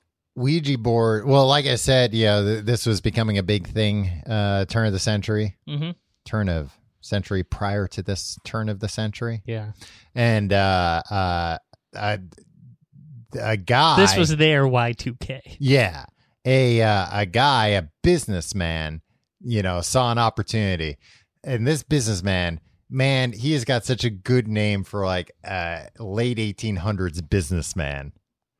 Ouija board. Well, like I said, yeah, th- this was becoming a big thing. Uh, turn of the century,
Mm-hmm.
turn of century prior to this turn of the century,
Yeah.
and uh, uh, a, a guy.
This was their Y2K.
yeah, a uh, a guy, a businessman. You know, saw an opportunity, and this businessman. Man, he has got such a good name for like uh, late 1800s businessman.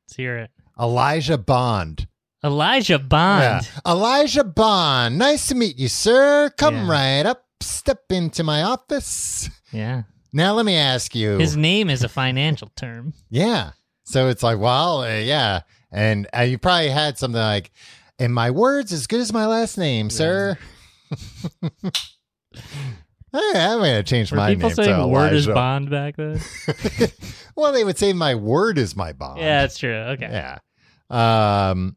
Let's hear it.
Elijah Bond.
Elijah Bond.
Yeah. Elijah Bond. Nice to meet you, sir. Come
Yeah.
right up. Step into my office.
Yeah.
Now let me ask you.
His name is a financial term.
yeah. So it's like, well, uh, yeah, and uh, you probably had something like, "And my words as good as my last name, sir." Hey, I'm gonna change
Were
my
people
name to
saying word is
Elijah.
Bond back then?
well, they would say my word is my bond.
yeah, that's true. Okay.
yeah. Um,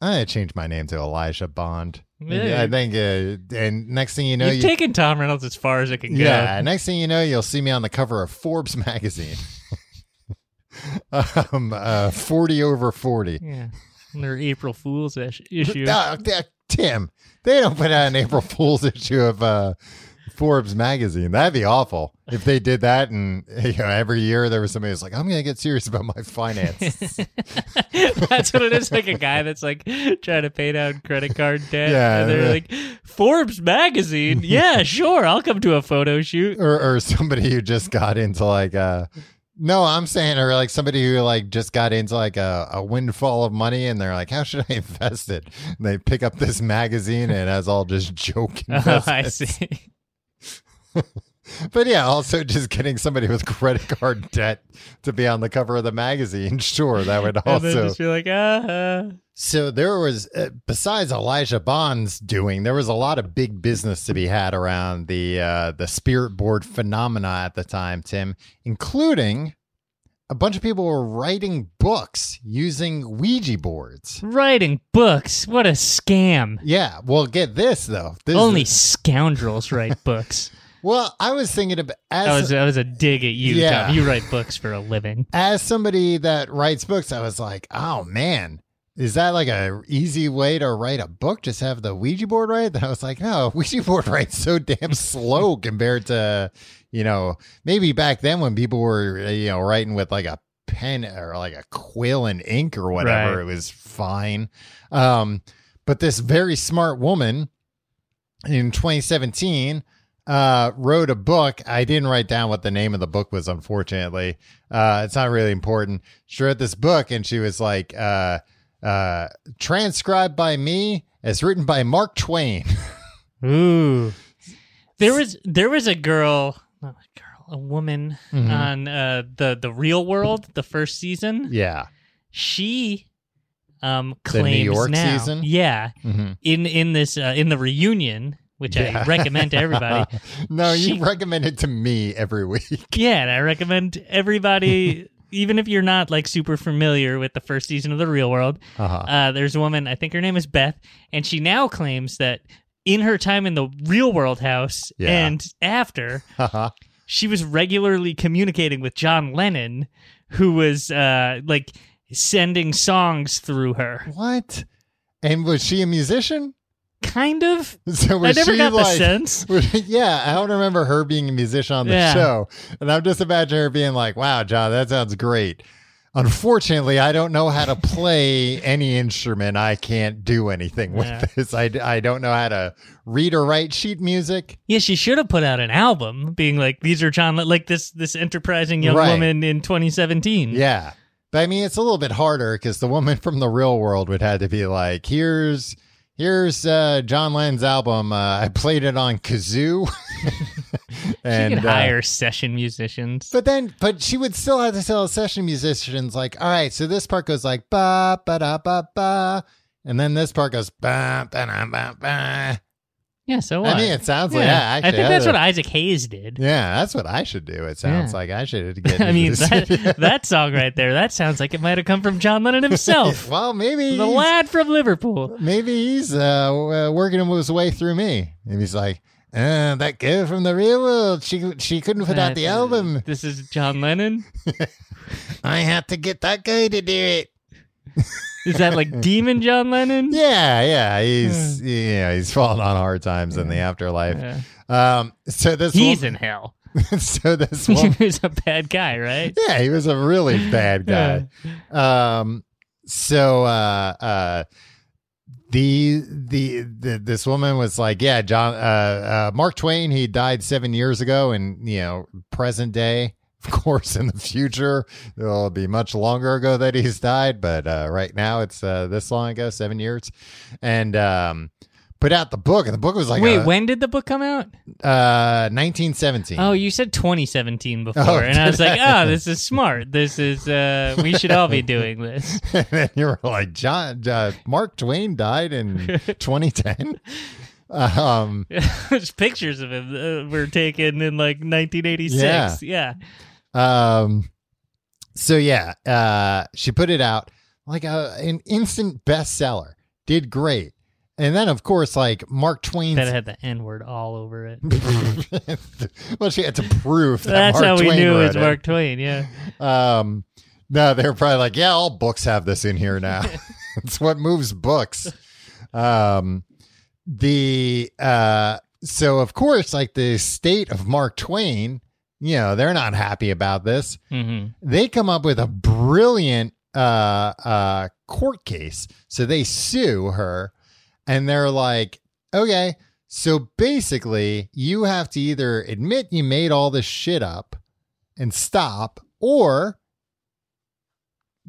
I'm gonna change my name to Elijah Bond.
Yeah.
I think, uh, and next thing you know,
You've
you
taken Tom Reynolds as far as it can go.
yeah. Next thing you know, you'll see me on the cover of Forbes magazine. um, uh, forty over forty.
Yeah. Their April Fool's ish- issue.
Ah, ah, Tim, they don't put out an April Fool's issue of uh, Forbes magazine. That'd be awful if they did that. And you know, every year there was somebody who's like, "I'm gonna get serious about my finance."
that's what it is. Like a guy that's like trying to pay down credit card debt.
Yeah.
And they're like, Forbes magazine. Yeah, sure. I'll come to a photo shoot.
or or somebody who just got into like uh no, I'm saying or like somebody who like just got into like a, a windfall of money and they're like, How should I invest it? And they pick up this magazine and it has all just joke
Oh, I
investments.
see.
But yeah, also just getting somebody with credit card debt to be on the cover of the magazine. Sure, that would
And then
also
just be like, uh, uh.
So there was, uh, besides Elijah Bond's doing, there was a lot of big business to be had around the uh, the spirit board phenomena at the time, Tim, including a bunch of people were writing books using Ouija
Hmm.
boards.
writing books. What a scam.
Yeah, well, get this though. This
Only
is-
scoundrels write books.
well, I was thinking about
That
as
was that was a dig at you,
Yeah.
Tom. You write books for a living.
as somebody that writes books, I was like, oh man, is that like a easy way to write a book? Just have the Ouija board write? Then I was like, no, Ouija board writes so damn slow compared to, you know, maybe back then when people were uh, you know writing with like a pen or like a quill and ink or whatever,
Right.
it was fine. Um, but this very smart woman in 2017 uh, wrote a book. I didn't write down what the name of the book was, unfortunately. Uh, it's not really important. She wrote this book and she was like, uh, uh, transcribed by me as written by Mark Twain.
Ooh. There was there was a girl, not a girl, a woman
Mhm.
on uh, the the real world, the first season.
Yeah.
She um
The New
claims
York
now,
season?
yeah,
Mhm.
in in this uh, in the reunion, which
Yeah.
I recommend to everybody.
no,
Uh, She-
you recommend it to me every week.
yeah, and I recommend everybody, even if you're not like super familiar with the first season of the Real World.
Uh-huh.
Uh, there's a woman, I think her name is Beth, and she now claims that in her time in the real world house
Yeah.
and after,
Uh-huh.
she was regularly communicating with John Lennon, who was uh, like sending songs through her.
What? And was she a musician?
Kind of.
So was
I never
she
got the
like?
sense.
yeah, I don't remember her being a musician on the
Yeah.
show, and I'm just imagining her being like, "Wow, John, that sounds great." Unfortunately, I don't know how to play any instrument. I can't do anything with
Yeah.
this. I, I don't know how to read or write sheet music.
Yeah, she should have put out an album, being like, "These are John, Lennon," like this this enterprising young
Right.
woman in 2017."
Yeah. But I mean, it's a little bit harder because the woman from the real world would have to be like, here's here's uh, John Lennon's album. Uh, I played it on kazoo.
she could
uh,
hire session musicians.
but then, but she would still have to tell session musicians, like, all right, so this part goes like, ba, ba, da, ba, ba. And then this part goes, ba, ba, da, ba, ba.
yeah, so what?
I mean, it sounds
yeah.
like, yeah, actually,
I think that's
that-
what Isaac Hayes did.
yeah, that's what I should do. It sounds
Yeah.
like I should get.
I
into
mean,
this.
that, that song right there, that sounds like it might have come from John Lennon himself.
well, maybe
the
he's-
lad from Liverpool.
maybe he's uh, w- uh, working his way through me. And he's like, uh, that girl from the real world, she she couldn't put out the
Uh,
album.
This is John Lennon.
I had to get that guy to do it.
Is that like Demon John Lennon?
Yeah, yeah, he's yeah, he's fallen on hard times in the afterlife.
Yeah.
Um, so this
He's
woman,
in hell.
so this woman,
He was a bad guy, right?
yeah, he was a really bad guy. um so uh uh the, the the this woman was like yeah john uh, uh mark twain he died seven years ago and you know present day of course in the future it'll be much longer ago that he's died but uh right now it's uh this long ago seven years and um put out the book and the book was like
Wait,
a-
when did the book come out?
uh 1917
Oh, you said 2017 before,
Oh,
and I was
did
like,
I?
"Oh, this is smart. This is uh, we should all be doing this."
and then you were like john uh, mark twain died in 2010 um
There's pictures of him uh, were taken in like 1986. Yeah,
Um, so yeah, uh, she put it out like a, an instant bestseller. Did great, and then of course like Mark Twain's.
that had the N word all over it.
well, she had to prove that
That's
Mark
how we
Twain
knew it
wrote
was Mark Twain. Yeah,
Um, no, they were probably like, yeah, all books have this in here now. it's what moves books. Um, the uh, so of course, like the state of Mark Twain, you know, they're not happy about this
hmm
they come up with a brilliant uh, uh, court case. So they sue her and they're like, okay, so basically, you have to either admit you made all this shit up and stop, or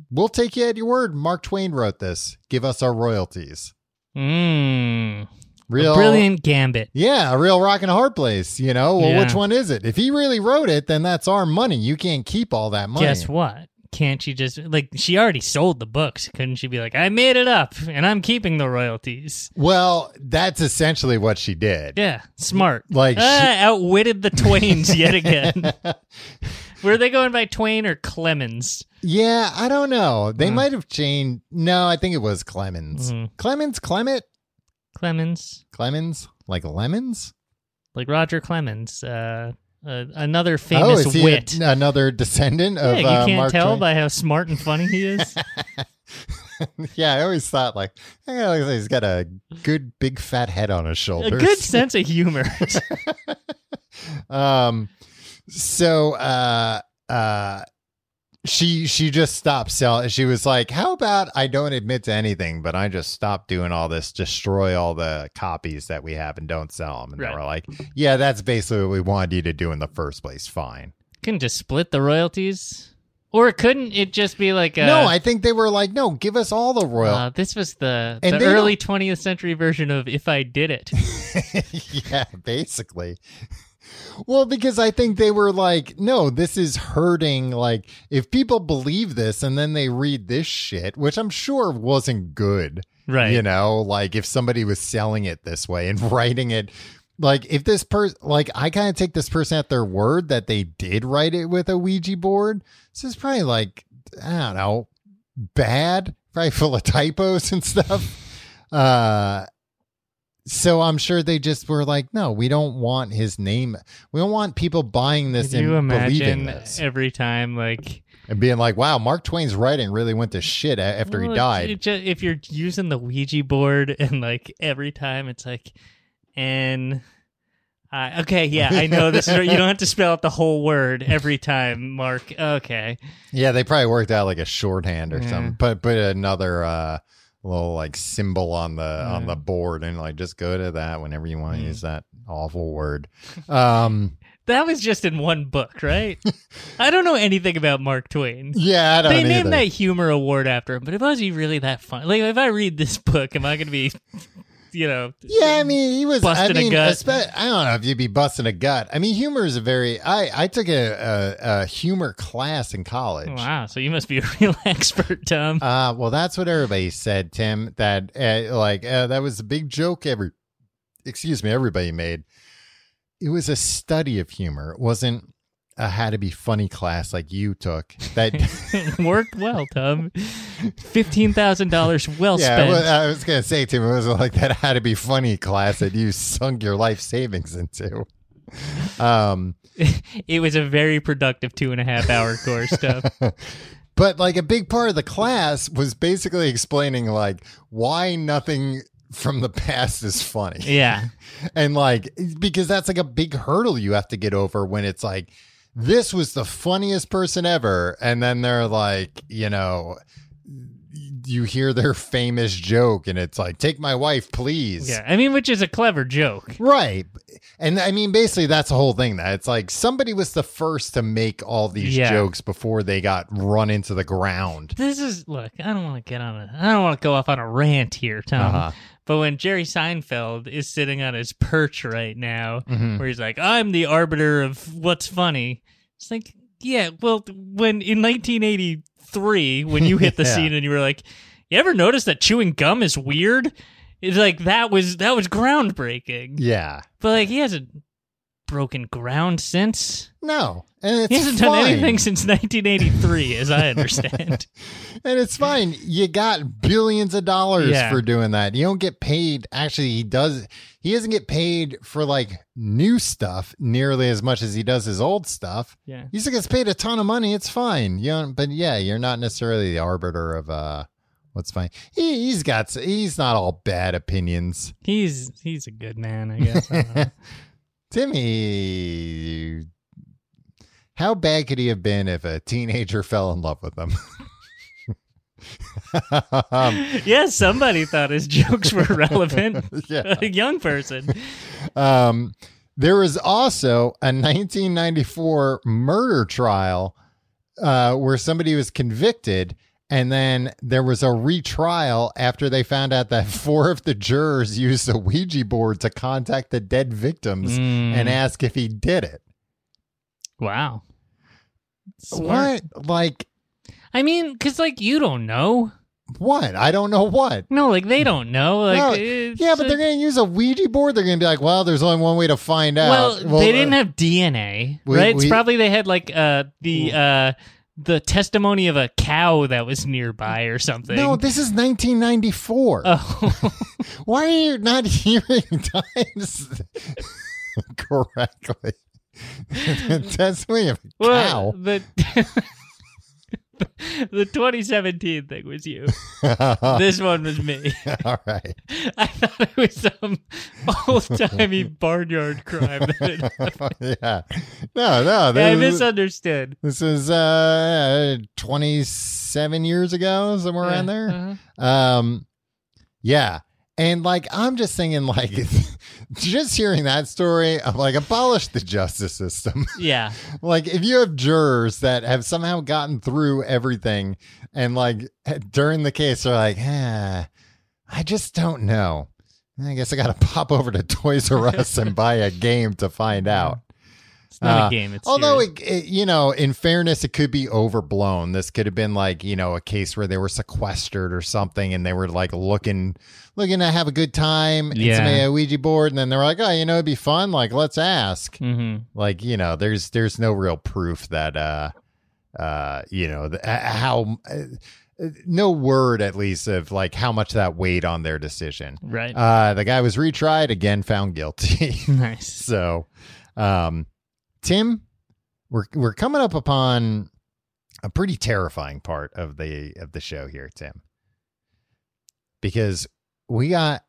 we'll take you at your word. Mark Twain wrote this. Give us our royalties.
mm.
Real
brilliant gambit.
Yeah, a real rock and a hard place, you know. Well,
Yeah.
which one is it? If he really wrote it, then that's our money. You can't keep all that money.
Guess what? Can't she just like she already sold the books? Couldn't she be like, I made it up and I'm keeping the royalties?
Well, that's essentially what she did.
Yeah, smart.
Like she-
ah, outwitted the Twains yet again. Were they going by Twain or Clemens?
Yeah, I don't know.
Mm.
They might have changed. No, I think it was Clemens.
Mhm.
Clemens, Clement,
Clemens,
Clemens, like lemons.
like Roger Clemens, uh, uh, another
oh,
famous
is he a-
wit.
another descendant
yeah,
of
you
uh,
can't
Mark
tell
Twain?
by how smart and funny he is.
yeah, I always thought like, I gotta look at- he's got a good big fat head on his
a
shoulders.
good sense of humor.
um, so uh, uh, she she just stopped selling. She was like, "How about I don't admit to anything, but I just stop doing all this, destroy all the copies that we have, and don't sell them." And
Right.
they were like, "Yeah, that's basically what we wanted you to do in the first place." Fine.
couldn't just split the royalties, or couldn't it just be like a,
no, I think they were like, "No, give us all the royal."
Uh, this was the,
And
the
they
early 20th century version of If I Did It.
yeah, basically. Well, because I think they were like, no, this is hurting. Like, if people believe this and then they read this shit, which I'm sure wasn't good,
Right.
You know, like if somebody was selling it this way and writing it, like if this person, like I kind of take this person at their word that they did write it with a Ouija board. So it's probably like, I don't know, bad, probably full of typos and stuff. Uh, so I'm sure they just were like, no, we don't want his name. We don't want people buying this
Could you
and believing
imagine
this
every time, like
and being like, wow, Mark Twain's writing really went to shit a- after
well,
he
it-
died.
it ju- if you're using the Ouija board and like every time it's like, and I okay, yeah, I know this is you don't have to spell out the whole word every time, Mark. Okay,
Yeah, they probably worked out like a shorthand or
Yeah.
something. Put put another uh, little like symbol on the on the board and like just go to that whenever you want to use that awful word. Um,
that was just in one book, right? I don't know anything about Mark Twain.
yeah, I don't.
They named
either.
that humor award after him, but it was he really that fun? Like, if I read this book, am I going to be, you know,
Yeah, I mean, he was.
Busting a
I mean,
gut.
espe- I don't know if you'd be busting a gut. I mean, humor is a very. I I took a a, a humor class in college.
wow? So you must be a real expert, Tom.
Uh, well, that's what everybody said, Tim. That uh, like uh, that was a big joke. Every, excuse me, everybody made. It was a study of humor. It wasn't a how to be funny class like you took. That
Worked well, Tom. Fifteen thousand dollars well
yeah,
spent.
well, I was gonna say, Tim, it wasn't like that how to be funny class that you sunk your life savings into. Um,
it was a very productive two and a half hour course, Tom.
but like a big part of the class was basically explaining like why nothing from the past is funny.
Yeah,
and like because that's like a big hurdle you have to get over when it's like this was the funniest person ever and then they're like you know you hear their famous joke and it's like take my wife please
yeah. I mean, which is a clever joke.
right and i mean basically that's the whole thing that it's like somebody was the first to make all these
Yeah.
jokes before they got run into the ground
This is look. I don't want to get on a. I don't want to go off on a rant here, Tom.
Uh-huh.
But when Jerry Seinfeld is sitting on his perch right now,
Mm-hmm.
where he's like, "I'm the arbiter of what's funny," it's like, yeah. Well, when in 1983, when you hit the
Yeah.
scene and you were like, "You ever notice that chewing gum is weird?" It's like that was that was groundbreaking.
yeah
But like he hasn't broken ground since.
no and it's
He hasn't
fine.
done anything since 1983, as I understand.
And it's fine. You got billions of dollars
Yeah.
for doing that. You don't get paid. Actually, he does. He doesn't get paid for like new stuff nearly as much as he does his old stuff.
Yeah.
He still gets paid a ton of money. It's fine. You know, but yeah, you're not necessarily the arbiter of uh, what's fine. He, he's got. s- He's not all bad opinions.
He's he's a good man, I guess. I don't know.
Timmy, how bad could he have been if a teenager fell in love with him? Um,
yes, somebody thought his jokes were relevant.
Yeah.
a young person.
Um, there was also a 1994 murder trial uh, where somebody was convicted, and then there was a retrial after they found out that four of the jurors used the Ouija board to contact the dead victims and ask if he did it.
Wow.
What? Like,
I mean, because like you don't know.
what? I don't know what.
No, like they don't know. Like
No,
it's
yeah, but
a-
they're going to use a Ouija board. They're going to be like, well, there's only one way to find out.
well,
Well,
they
uh,
didn't have DNA,
we-
right? it's
we- Hmm.
probably they had like uh the uh the testimony of a cow that was nearby or something.
No, this is 1994.
oh,
Why are you not hearing times correctly? That's me. Well,
well, the the 2017 thing was you. this one was me.
All right.
I thought it was some old timey barnyard crime. That it-
yeah. No, no.
I
This, is-
misunderstood.
this is uh, 27 years ago, somewhere around
Yeah,
there.
uh-huh.
Um, yeah. And like, I'm just thinking, like, just hearing that story, I'm like, abolish the justice system.
Yeah,
like if you have jurors that have somehow gotten through everything and like during the case are like ah, i just don't know i guess i gotta pop over to toys r us and buy a game to find out
It's not
Uh,
a game. It's
Although,
serious.
it, it- you know, in fairness, it could be overblown. This could have been like, you know, a case where they were sequestered or something and they were like looking, looking to have a good time. And
Yeah.
somebody had a Ouija board. And then they're like, oh, you know, it'd be fun. Like, let's ask.
Mhm.
Like, you know, there's, there's no real proof that, uh, uh, you know, the, uh, how, uh, no word at least of like how much that weighed on their decision.
right.
Uh, the guy was retried again, found guilty.
nice.
So, um, Tim, we're we're coming up upon a pretty terrifying part of the of the show here, Tim, because we got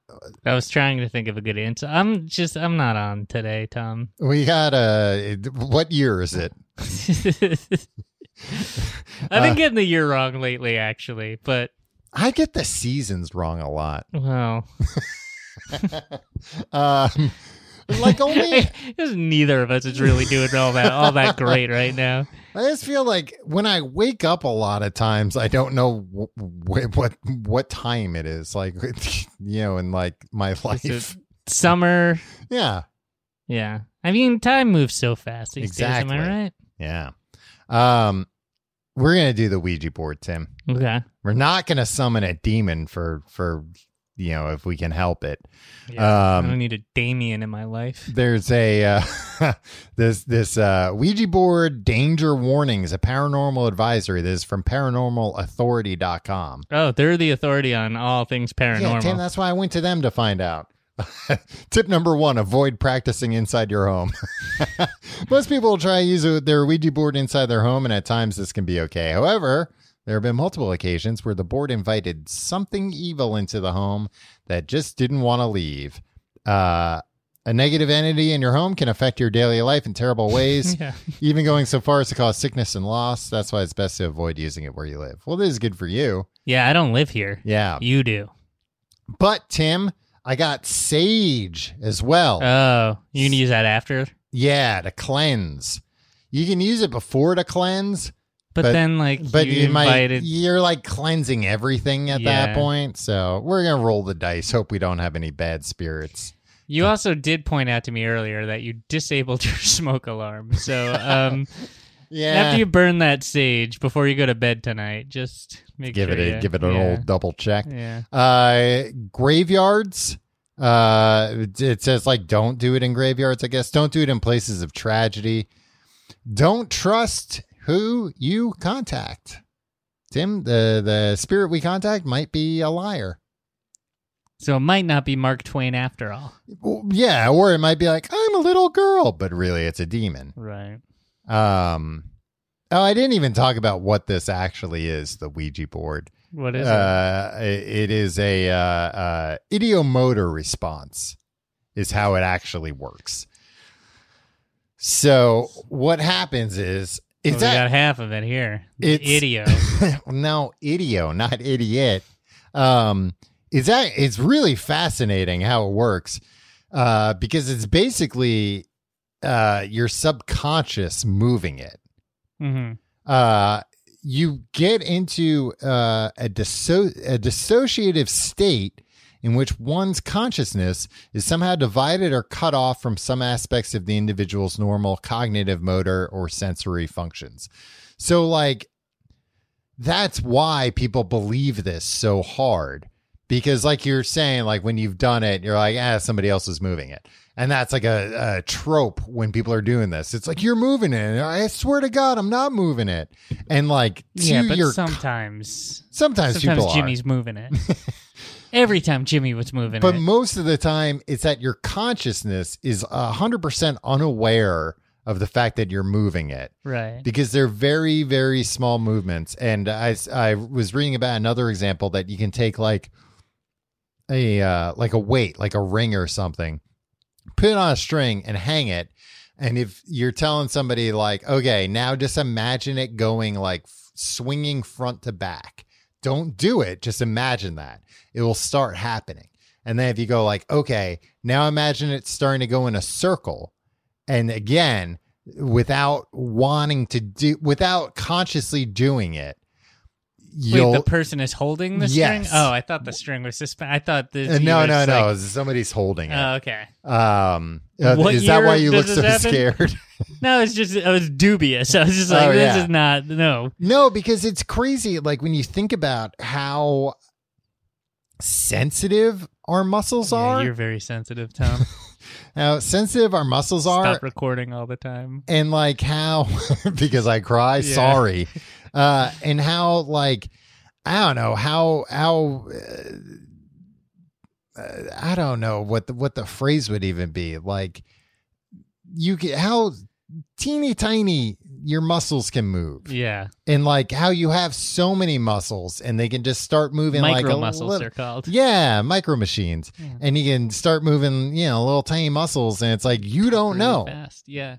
I was trying to think of a good answer. I'm just I'm not on today, Tom.
we got uh what year is it?
I've
Uh,
been getting the year wrong lately, actually, but
I get the seasons wrong a lot.
well,
Um, like only
there's neither of us is really doing all that all that great right now.
I just feel like when I wake up a lot of times, I don't know wh- wh- what what time it is. Like you know, in like my life,
It's Summer,
yeah.
yeah. I mean, time moves so fast these
Exactly.
days. Am I right?
Yeah. Um, we're gonna do the Ouija board, Tim.
Okay.
We're not gonna summon a demon for for you know if we can help it.
Yeah. I
Um,
don't need a Damien in my life.
There's a uh, this this uh, Ouija board danger warnings, a paranormal advisory. This is from paranormalauthority.com.
Oh, they're the authority on all things paranormal.
Yeah, Tim, that's why I went to them to find out. Tip number one avoid practicing inside your home. Most people will try to use their Ouija board inside their home, and at times this can be okay. However, there have been multiple occasions where the board invited something evil into the home that just didn't want to leave. Uh, a negative entity in your home can affect your daily life in terrible ways,
Yeah.
even going so far as to cause sickness and loss. That's why it's best to avoid using it where you live. Well, this is good for you.
Yeah, I don't live here.
Yeah.
You do.
But Tim, I got sage as well.
Oh, you can use that after.
yeah, to cleanse. You can use it before to cleanse,
But,
But-
then, like,
but
you,
you, might
invited.
you're like cleansing everything at
Yeah.
that point. So we're gonna roll the dice. Hope we don't have any bad spirits.
You also did point out to me earlier that you disabled your smoke alarm. So um,
Yeah.
after you burn that sage before you go to bed tonight, just make
give
sure
it a
you-
give it an
yeah,
old double check.
Yeah.
Uh graveyards. Uh it- it says like don't do it in graveyards, I guess. Don't do it in places of tragedy. Don't trust who you contact. Tim, the the spirit we contact might be a liar.
So it might not be Mark Twain after all.
Well, Yeah, or it might be like I'm a little girl, but really it's a demon.
Right.
Um Oh, I didn't even talk about what this actually is, the Ouija board.
What is
uh, it is a uh, uh, idiomotor response is how it actually works so what happens is
it?
it's
well, we
that
got half of it here.
It's-
Idio.
no idio not idiot um is that it's really fascinating how it works uh because it's basically uh your subconscious moving it
hmm
uh, you get into uh, a, disso- a dissociative state in which one's consciousness is somehow divided or cut off from some aspects of the individual's normal cognitive, motor, or sensory functions. So, like, that's why people believe this so hard. Because, like you're saying, like when you've done it, you're like, ah, somebody else is moving it. And that's like a, a trope when people are doing this. It's like, you're moving it. And I swear to God, I'm not moving it. And, like, to
Yeah, but
your,
sometimes,
sometimes,
sometimes
people are.
Jimmy's moving it. Every time Jimmy was moving
But
it.
most of the time, it's that your consciousness is 100% unaware of the fact that you're moving it
right.
because they're very, very small movements. And I, I was reading about another example that you can take like a, uh, like a weight, like a ring or something, put it on a string and hang it. And if you're telling somebody like, okay, now just imagine it going like f- swinging front to back. Don't do it. Just imagine that. It will start happening. And then if you go like, okay, now imagine it starting to go in a circle. And again, without wanting to do, without consciously doing it, you'll
Wait, the person is holding the
Yes.
string. Oh, I thought the string was suspended. I thought the
Uh, no,
you
no,
were
no.
just
Somebody's holding it.
like- oh, okay.
um, uh,
What
is that why
year
you look
does
so
this happen?
scared?
No, it's just I was dubious. I was just like,
Oh,
this
yeah.
is not no.
No, because it's crazy. Like when you think about how sensitive our muscles
Yeah,
are,
you're very sensitive, Tom.
how sensitive our muscles are,
Stop recording all the time.
and like how because I cry,
Yeah.
sorry, uh, and how like I don't know how how. Uh, uh, I don't know what the, what the phrase would even be like. You can, how teeny tiny your muscles can move.
Yeah,
and like how you have so many muscles and they can just start moving
micro
like a
muscles
little-
are called.
yeah micro machines and you can start moving you know little tiny muscles and it's like you don't
Really
know
Fast. Yeah.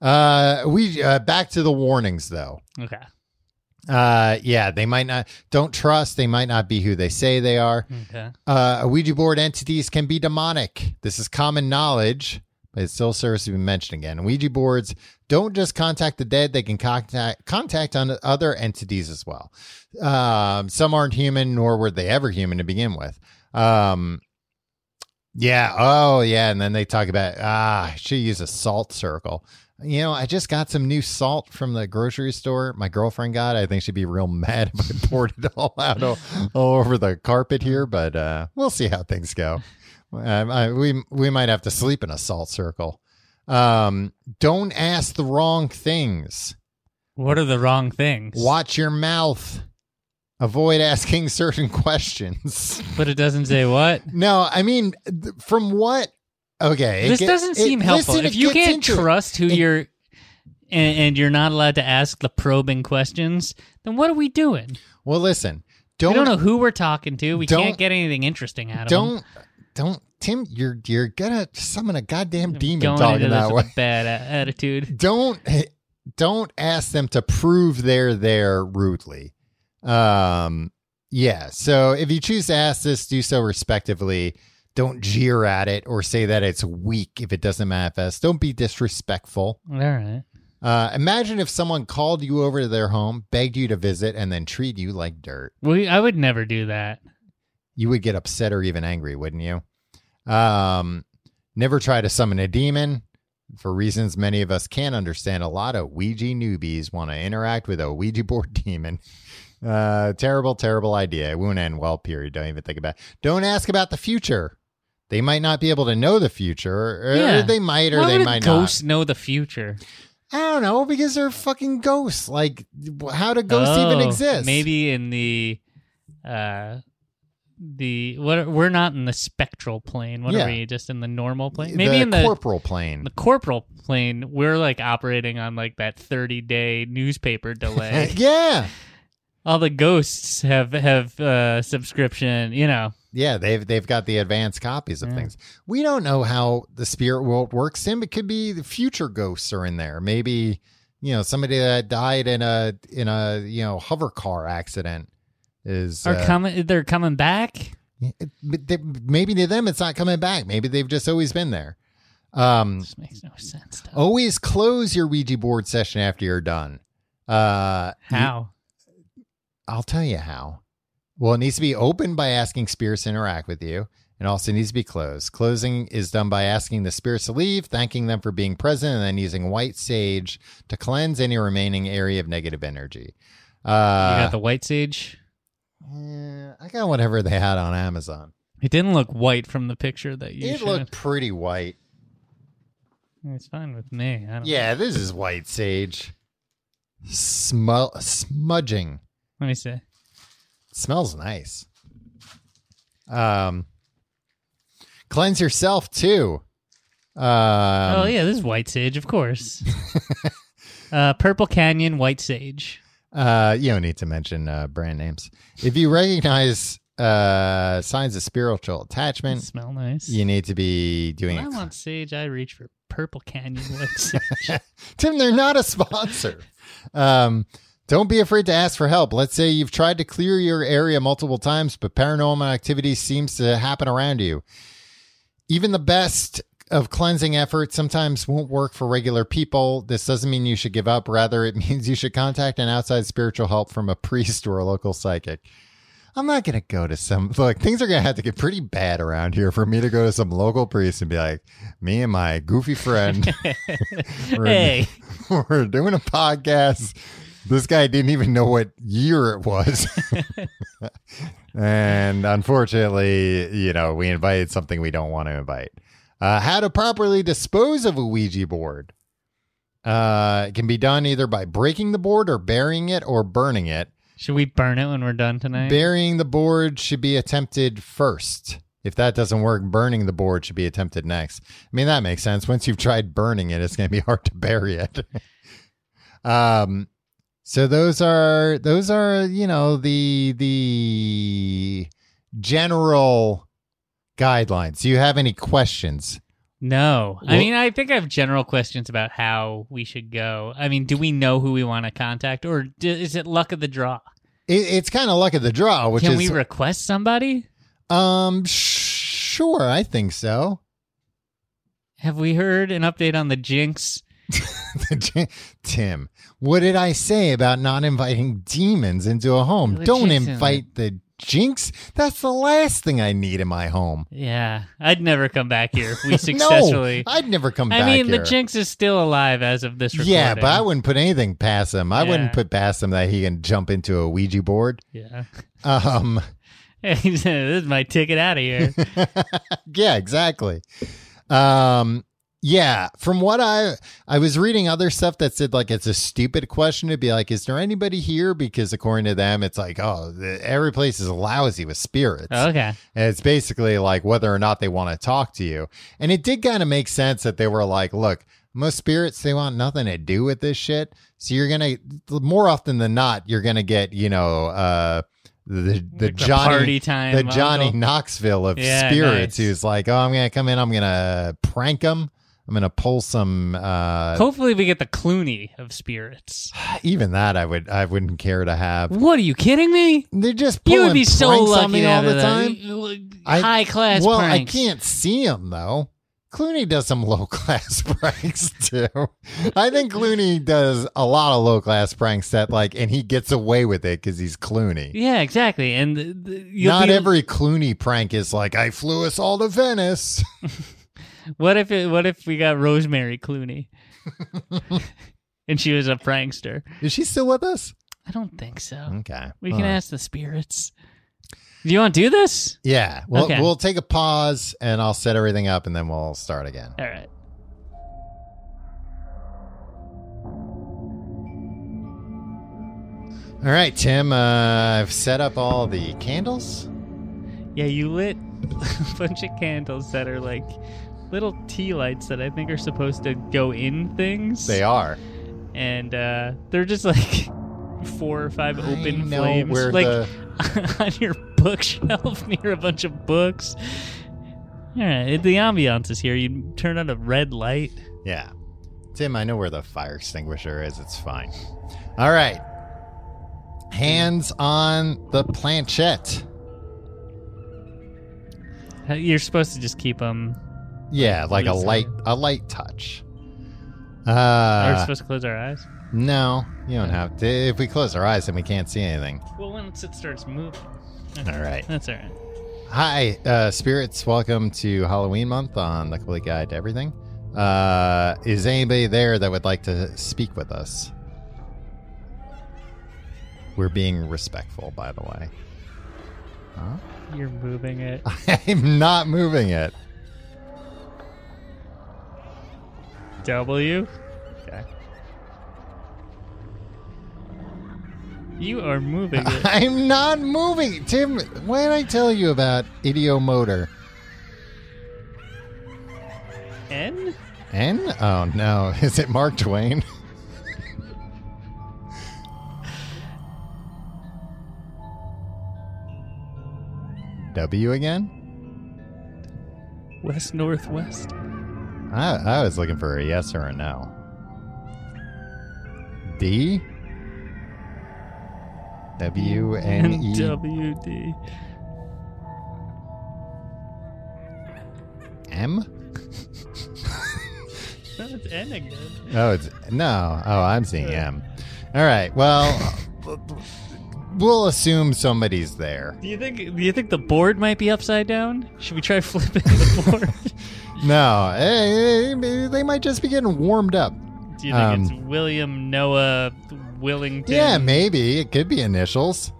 uh we uh, back to the warnings though
Okay.
uh yeah they might not don't trust they might not be who they say they are
Okay.
uh ouija board entities can be demonic this is common knowledge but it still serves to be mentioned again ouija boards don't just contact the dead they can contact contact on other entities as well um some aren't human nor were they ever human to begin with um yeah oh yeah and then they talk about ah I should use a salt circle you know i just got some new salt from the grocery store my girlfriend got it. i think she'd be real mad if i poured it all out all, all over the carpet here but uh we'll see how things go um, I, we we might have to sleep in a salt circle um don't ask the wrong things
What are the wrong things?
Watch your mouth. Avoid asking certain questions.
But it doesn't say what.
no, I mean, th- from what? Okay, it
this
get-
doesn't
it-
seem helpful.
listen,
If
it
you
gets
can't
into it.
trust who you're and, and you're not allowed to ask the probing questions, then what are we doing?
well, listen.
we
Don't
don't know who we're talking to. We
don't-
can't get anything interesting out of them.
don't don't Tim. You're you're gonna summon a goddamn demon
Going
talking
into this
that way.
with a bad a- attitude.
don't don't ask them to prove they're there rudely. Um, yeah. So if you choose to ask this, do so respectively. Don't jeer at it or say that it's weak if it doesn't manifest. Don't be disrespectful.
All right.
Uh, imagine if someone called you over to their home, begged you to visit, and then treated you like dirt.
We, I would never do that.
You would get upset or even angry, wouldn't you? Um, never try to summon a demon. For reasons many of us can't understand, a lot of Ouija newbies want to interact with a Ouija board demon. Uh, terrible, terrible idea. It won't end well, period. Don't even think about it. Don't ask about the future. They might not be able to know the future. Or
Yeah.
they might or
Why
they
would a
might not.
ghost know the future?
I don't know because they're fucking ghosts. Like, wh- how do ghosts
Oh,
even exist?
Maybe in the uh the what we're not in the spectral plane. What
Yeah.
are we just in the normal plane?
The
Maybe in the
corporal plane.
the corporal plane, we're like operating on like that 30 day newspaper delay.
yeah,
All the ghosts have have uh, subscription, you know.
yeah. They've they've got the advanced copies of
Yeah.
things. We don't know how the spirit world works. Tim, it could be the future ghosts are in there. Maybe you know somebody that died in a in a you know hover car accident is
Are
uh,
coming? They're coming back.
it- but they- maybe to them it's not coming back. Maybe they've just always been there. Um,
This makes no sense. Tom.
always close your Ouija board session after you're done. Uh,
How?
I'll tell you how. Well, it needs to be open by asking spirits to interact with you. and also needs to be closed. Closing is done by asking the spirits to leave, thanking them for being present, and then using white sage to cleanse any remaining area of negative energy.
you
Uh,
got the white sage.
eh, I got whatever they had on Amazon.
It didn't look white from the picture that you.
it
showed.
looked pretty white.
It's fine with me. I don't
Yeah, this is white sage. Smell smudging.
Let me see.
smells nice. Um, cleanse yourself too. Um,
oh yeah, this is white sage, of course. uh, Purple Canyon white sage.
Uh, you don't need to mention uh, brand names. If you recognize uh, signs of spiritual attachment,
Smell nice.
you need to be doing.
When
a
I
cl-
want sage, I reach for Purple Canyon white sage.
Tim, they're not a sponsor. um, don't be afraid to ask for help. Let's say you've tried to clear your area multiple times, but paranormal activity seems to happen around you. Even the best of cleansing efforts sometimes won't work for regular people. This doesn't mean you should give up. Rather, it means you should contact an outside spiritual help from a priest or a local psychic. I'm not going to go to some, look, things are going to have to get pretty bad around here for me to go to some local priest and be like, me and my goofy friend, we're,
Hey.
we're doing a podcast. This guy didn't even know what year it was. and unfortunately, you know, we invited something we don't want to invite. Uh, how to properly dispose of a Ouija board. Uh, it can be done either by breaking the board or burying it or burning it.
Should we burn it when we're done tonight?
Burying the board should be attempted first. If that doesn't work, burning the board should be attempted next. I mean, that makes sense. Once you've tried burning it, it's going to be hard to bury it. um, so those are those are you know the the general guidelines. Do you have any questions?
no. I
Well-
mean, I think I have general questions about how we should go. I mean, do we know who we want to contact, or d is it luck of the draw?
It, it's kind of luck of the draw, which
Can
is
we request somebody?
um sh- sure, I think so.
Have we heard an update on the jinx?
Tim, what did I say about not inviting demons into a home?
The
Don't
jinx in
invite the jinx. That's the last thing I need in my home.
Yeah, I'd never come back here if we successfully.
no, I'd never come
I
back
mean,
here.
the jinx is still alive as of this recording.
Yeah, but I wouldn't put anything past him. I
Yeah.
wouldn't put past him that he can jump into a Ouija board.
Yeah.
Um,
He said, this is my ticket out of here.
yeah, exactly. Um, yeah, from what I I was reading other stuff that said like it's a stupid question to be like, is there anybody here? Because according to them, it's like, oh, the, every place is lousy with spirits.
okay.
And it's basically like whether or not they want to talk to you. And it did kind of make sense that they were like, look, most spirits, they want nothing to do with this shit. So you're going to, more often than not, you're going to get, you know, uh, the, the
Like the
Johnny
party time
the Johnny
uncle.
Knoxville of
Yeah,
spirits,
nice.
who's like, oh, I'm gonna come in, I'm gonna prank them, I'm gonna pull some. uh
Hopefully, we get the Clooney of spirits.
Even that, I would, I wouldn't care to have.
What are you kidding me?
They're just
You
pulling
would be so
pranks on
lucky
me
to
all
have
the
that.
time.
You-
I-
High class
Well,
pranks.
I can't see him though. Clooney does some low class pranks too. I think Clooney does a lot of low class pranks that like, and he gets away with it because he's Clooney.
Yeah, exactly. And th- th- you'll
Not
be-
every Clooney prank is like, I flew us all to Venice.
What if it, what if we got Rosemary Clooney? and she was a prankster.
Is she still with us?
I don't think so.
Okay.
We can
Hmm? Huh.
ask the spirits. Do you want to do this?
Yeah. We'll,
Okay.
we'll take a pause and I'll set everything up and then we'll start again.
All right.
All right, Tim. Uh, I've set up all the candles.
Yeah, you lit a bunch of candles that are like little tea lights that I think are supposed to go in things.
They are.
and uh, they're just like four or five
I
open
know
flames,
where
like
the-
on your bookshelf near a bunch of books. All right, the ambiance is here. You turn on a red light.
Yeah. Tim, I know where the fire extinguisher is. It's fine. All right. Hands on the planchette.
Uh, You're supposed to just keep them.
Yeah, like a
Listen.
light a light touch.
Are we
Uh,
supposed to close our eyes?
no, you don't have to. If we close our eyes, then we can't see anything.
Well, once it starts moving,
All right.
that's all right.
Hi, uh, spirits. Welcome to Halloween month on the Complete Guide to Everything. Uh, is anybody there that would like to speak with us? We're being respectful, by the way.
You're moving it.
I'm not moving it.
W.
Okay.
You are moving it.
I'm not moving. Tim, when I tell you about idiomotor?
N.
N? Oh, no. Is it Mark Twain? W again?
West northwest.
I, I was looking for a yes or a no. D? W N
N
E
W D.
M?
It's ending. good.
Oh, it's no. Oh, I'm seeing him. All right. Well, we'll assume somebody's there.
Do you think? Do you think the board might be upside down? Should we try flipping the board?
No, eh, eh, they might just be getting warmed up.
Do you think
Um,
it's William Noah Willington?
Yeah, maybe it could be initials.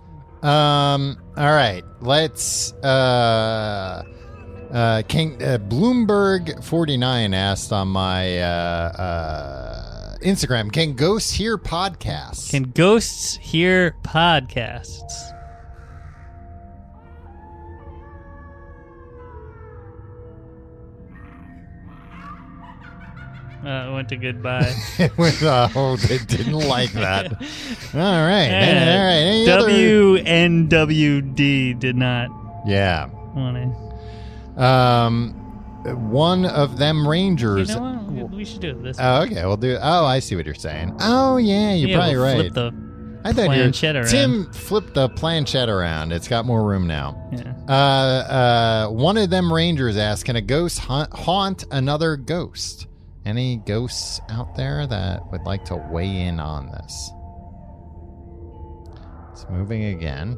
Um. All right. Let's. Uh. Uh. King uh, Bloomberg forty nine asked on my uh, uh Instagram. Can ghosts hear podcasts?
Can ghosts hear podcasts? Uh, it went to goodbye.
it was, uh, oh, they didn't like that. All right. all right. Any other-
WNWD did not
Yeah.
want to.
Um, one of them
You
Rangers.
know what? We- We should do it this.
Oh, okay. We'll do. Oh, I see what you're saying. Oh, yeah. You're
Yeah,
probably
we'll
right.
Flip the,
I thought you
planchette around.
Tim flipped the planchette around. It's got more room now.
yeah.
Uh, uh, one of them Rangers asked, "Can a ghost haunt, haunt another ghost? Any ghosts out there that would like to weigh in on this?" It's moving again.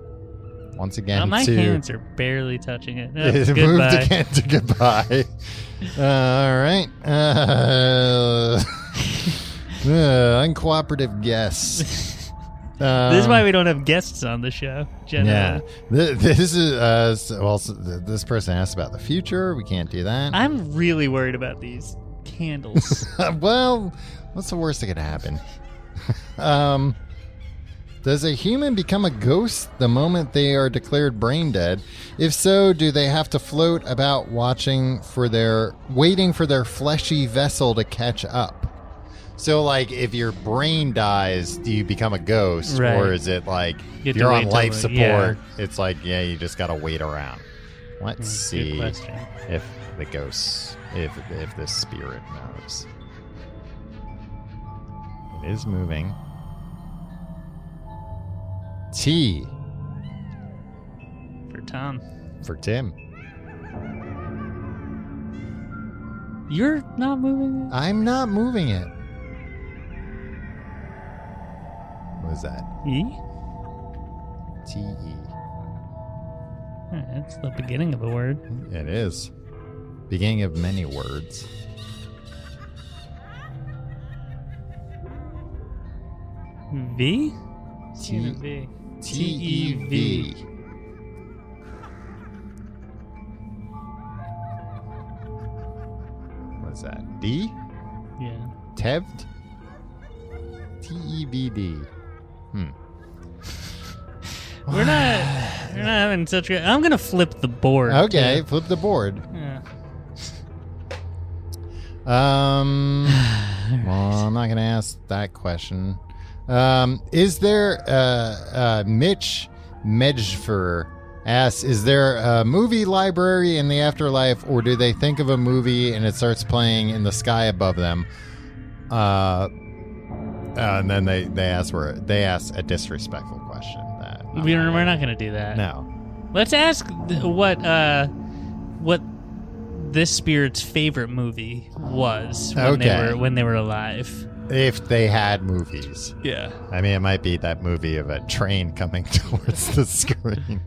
Once again,
Oh, my
to
hands are barely touching it. Oh,
it moved
goodbye.
again to goodbye. Uh, all right. Uh, uh, uncooperative guess.
This is
Um,
why we don't have guests on the show.
Yeah.
Generally.
Th- This is, uh, s- well, s- th- this person asked about the future. We can't do that.
I'm really worried about these candles.
well, what's the worst that could happen? um, does a human become a ghost the moment they are declared brain dead? If so, do they have to float about watching for their waiting for their fleshy vessel to catch up? So, like, if your brain dies, do you become a ghost,
Right.
or is it like
You have
if
to
you're
wait
on
till
life
the-
support?
yeah.
It's like yeah, you just gotta wait around. Let's see
Good question.
if the ghost if if the spirit knows it is moving t
For Tom.
for tim
You're not moving?
i'm not moving it what was that E.
E?
te
Alright, That's the beginning of a word.
it is beginning of many words
V?
T- E
Seen a V. E
T-E-V. What's that? D?
Yeah.
Tevd? E T-E-V-D. Hmm.
We're not we're not having such good I'm gonna flip the board.
Okay,
too.
flip the board.
Yeah.
Um, well, I'm not going to ask that question. Um, is there uh, uh, Mitch Medjfer asks, is there a movie library in the afterlife, or do they think of a movie and it starts playing in the sky above them? Uh, and then they they ask where they ask a disrespectful question. That I'm
We don't, we're not gonna do that.
No,
Let's ask th- what uh what this spirit's favorite movie was when
Okay.
they were when they were alive.
if they had movies.
Yeah.
I mean, it might be that movie of a train coming towards the screen.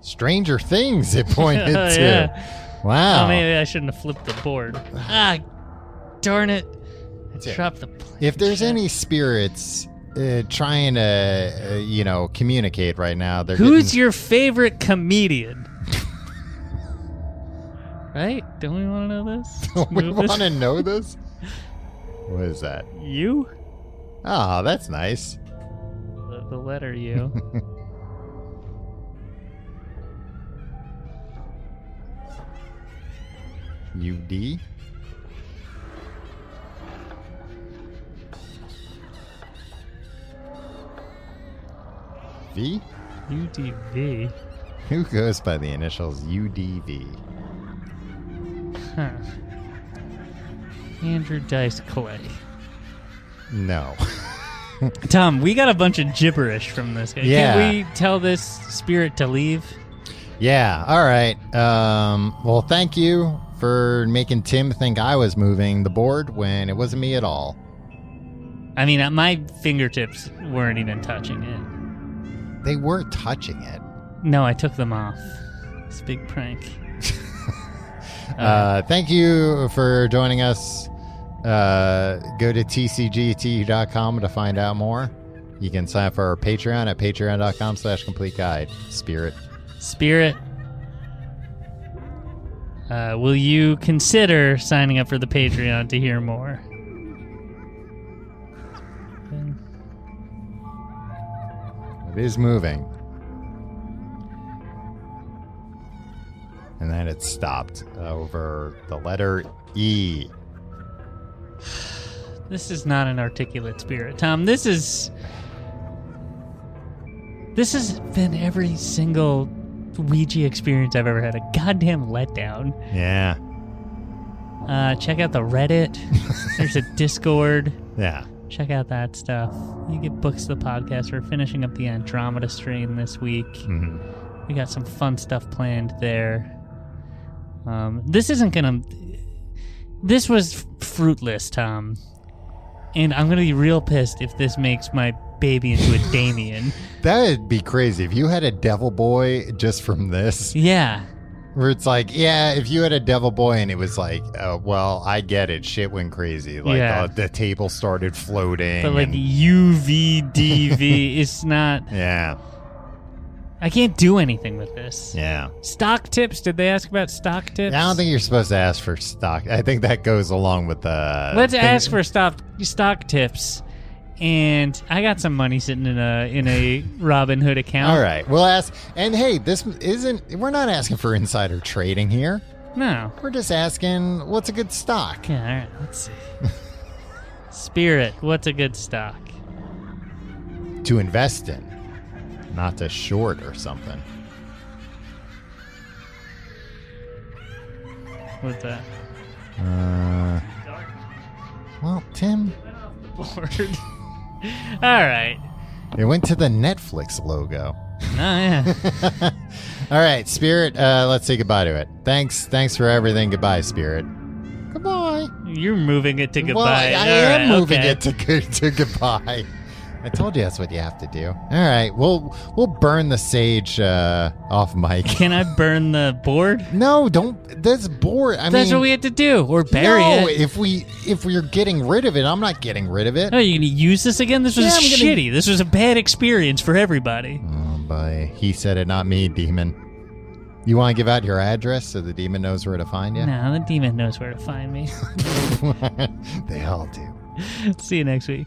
Stranger Things, it pointed
Oh,
to.
yeah.
Wow.
Oh, maybe I shouldn't have flipped the board. ah, darn it! I
That's it.
dropped the. Plan.
if there's any spirits uh, trying to, uh, you know, communicate right now, they're
who's
getting-
your favorite comedian? right? Don't we want to know this? Let's
we
move this-
want to know this? What is that?
you.
Oh, that's nice.
The, the letter U.
UD. V?
U D V.
Who goes by the initials UDV?
Huh. Andrew Dice Clay.
No.
Tom, we got a bunch of gibberish from this guy.
Yeah.
Can we tell this spirit to leave?
yeah, all right. Um, well, thank you for making Tim think I was moving the board when it wasn't me at all.
I mean, uh, my fingertips weren't even touching it.
They were touching it.
No, I took them off. It's a big prank.
Uh, thank you for joining us. Uh, go to tcgt.com E to find out more. You can sign up for our Patreon at patreon.com slash complete guide. Spirit.
Spirit, uh, will you consider signing up for the Patreon to hear more?
It is moving. And then it stopped over the letter E.
This is not an articulate spirit, Tom. This is. This has been every single Ouija experience I've ever had. A goddamn letdown.
Yeah.
Uh, check out the Reddit. There's a Discord.
Yeah.
Check out that stuff. You get books to the podcast. We're finishing up the Andromeda stream this week.
Mhm.
We got some fun stuff planned there. Um, this isn't gonna. This was fruitless, Tom. And I'm gonna be real pissed if this makes my baby into a Damien.
That'd be crazy if you had a devil boy just from this.
Yeah.
Where it's like, yeah, if you had a devil boy and it was like, uh, well, I get it. Shit went crazy. Like
Yeah.
uh, the table started floating.
But like
and-
UVDV, it's not.
yeah,
I can't do anything with this.
yeah.
Stock tips? Did they ask about stock tips?
I don't think you're supposed to ask for stock. I think that goes along with the.
Let's
Uh, thing-
ask for stock stock tips. And I got some money sitting in a in a Robin Hood account.
All right, we'll ask. And hey, this isn't. We're not asking for insider trading here.
No.
We're just asking what's a good stock.
Yeah, all right, let's see. Spirit, what's a good stock?
to invest in, not to short or something.
What's that?
Uh, well, Tim,
Board. all right.
it went to the Netflix logo.
Oh, yeah.
All right, Spirit, uh, let's say goodbye to it. Thanks, thanks for everything. Goodbye, Spirit. Goodbye.
You're moving it to goodbye.
Well, I, I
All
am
right,
moving
okay.
it to good to goodbye. I told you that's what you have to do. All right, we'll we'll burn the sage uh, off mic.
Can I burn the board?
No, don't. That's boring. I
That's
mean,
what we had to do, or bury
no,
it.
if we if we're getting rid of it, I'm not getting rid of it.
No, you're Oh, gonna use this again. This was
Yeah, I'm gonna-
shitty. This was a bad experience for everybody.
Oh, boy. He said it, not me, demon. You want to give out your address so the demon knows where to find you?
No, the demon knows where to find me.
they all do.
See you next week.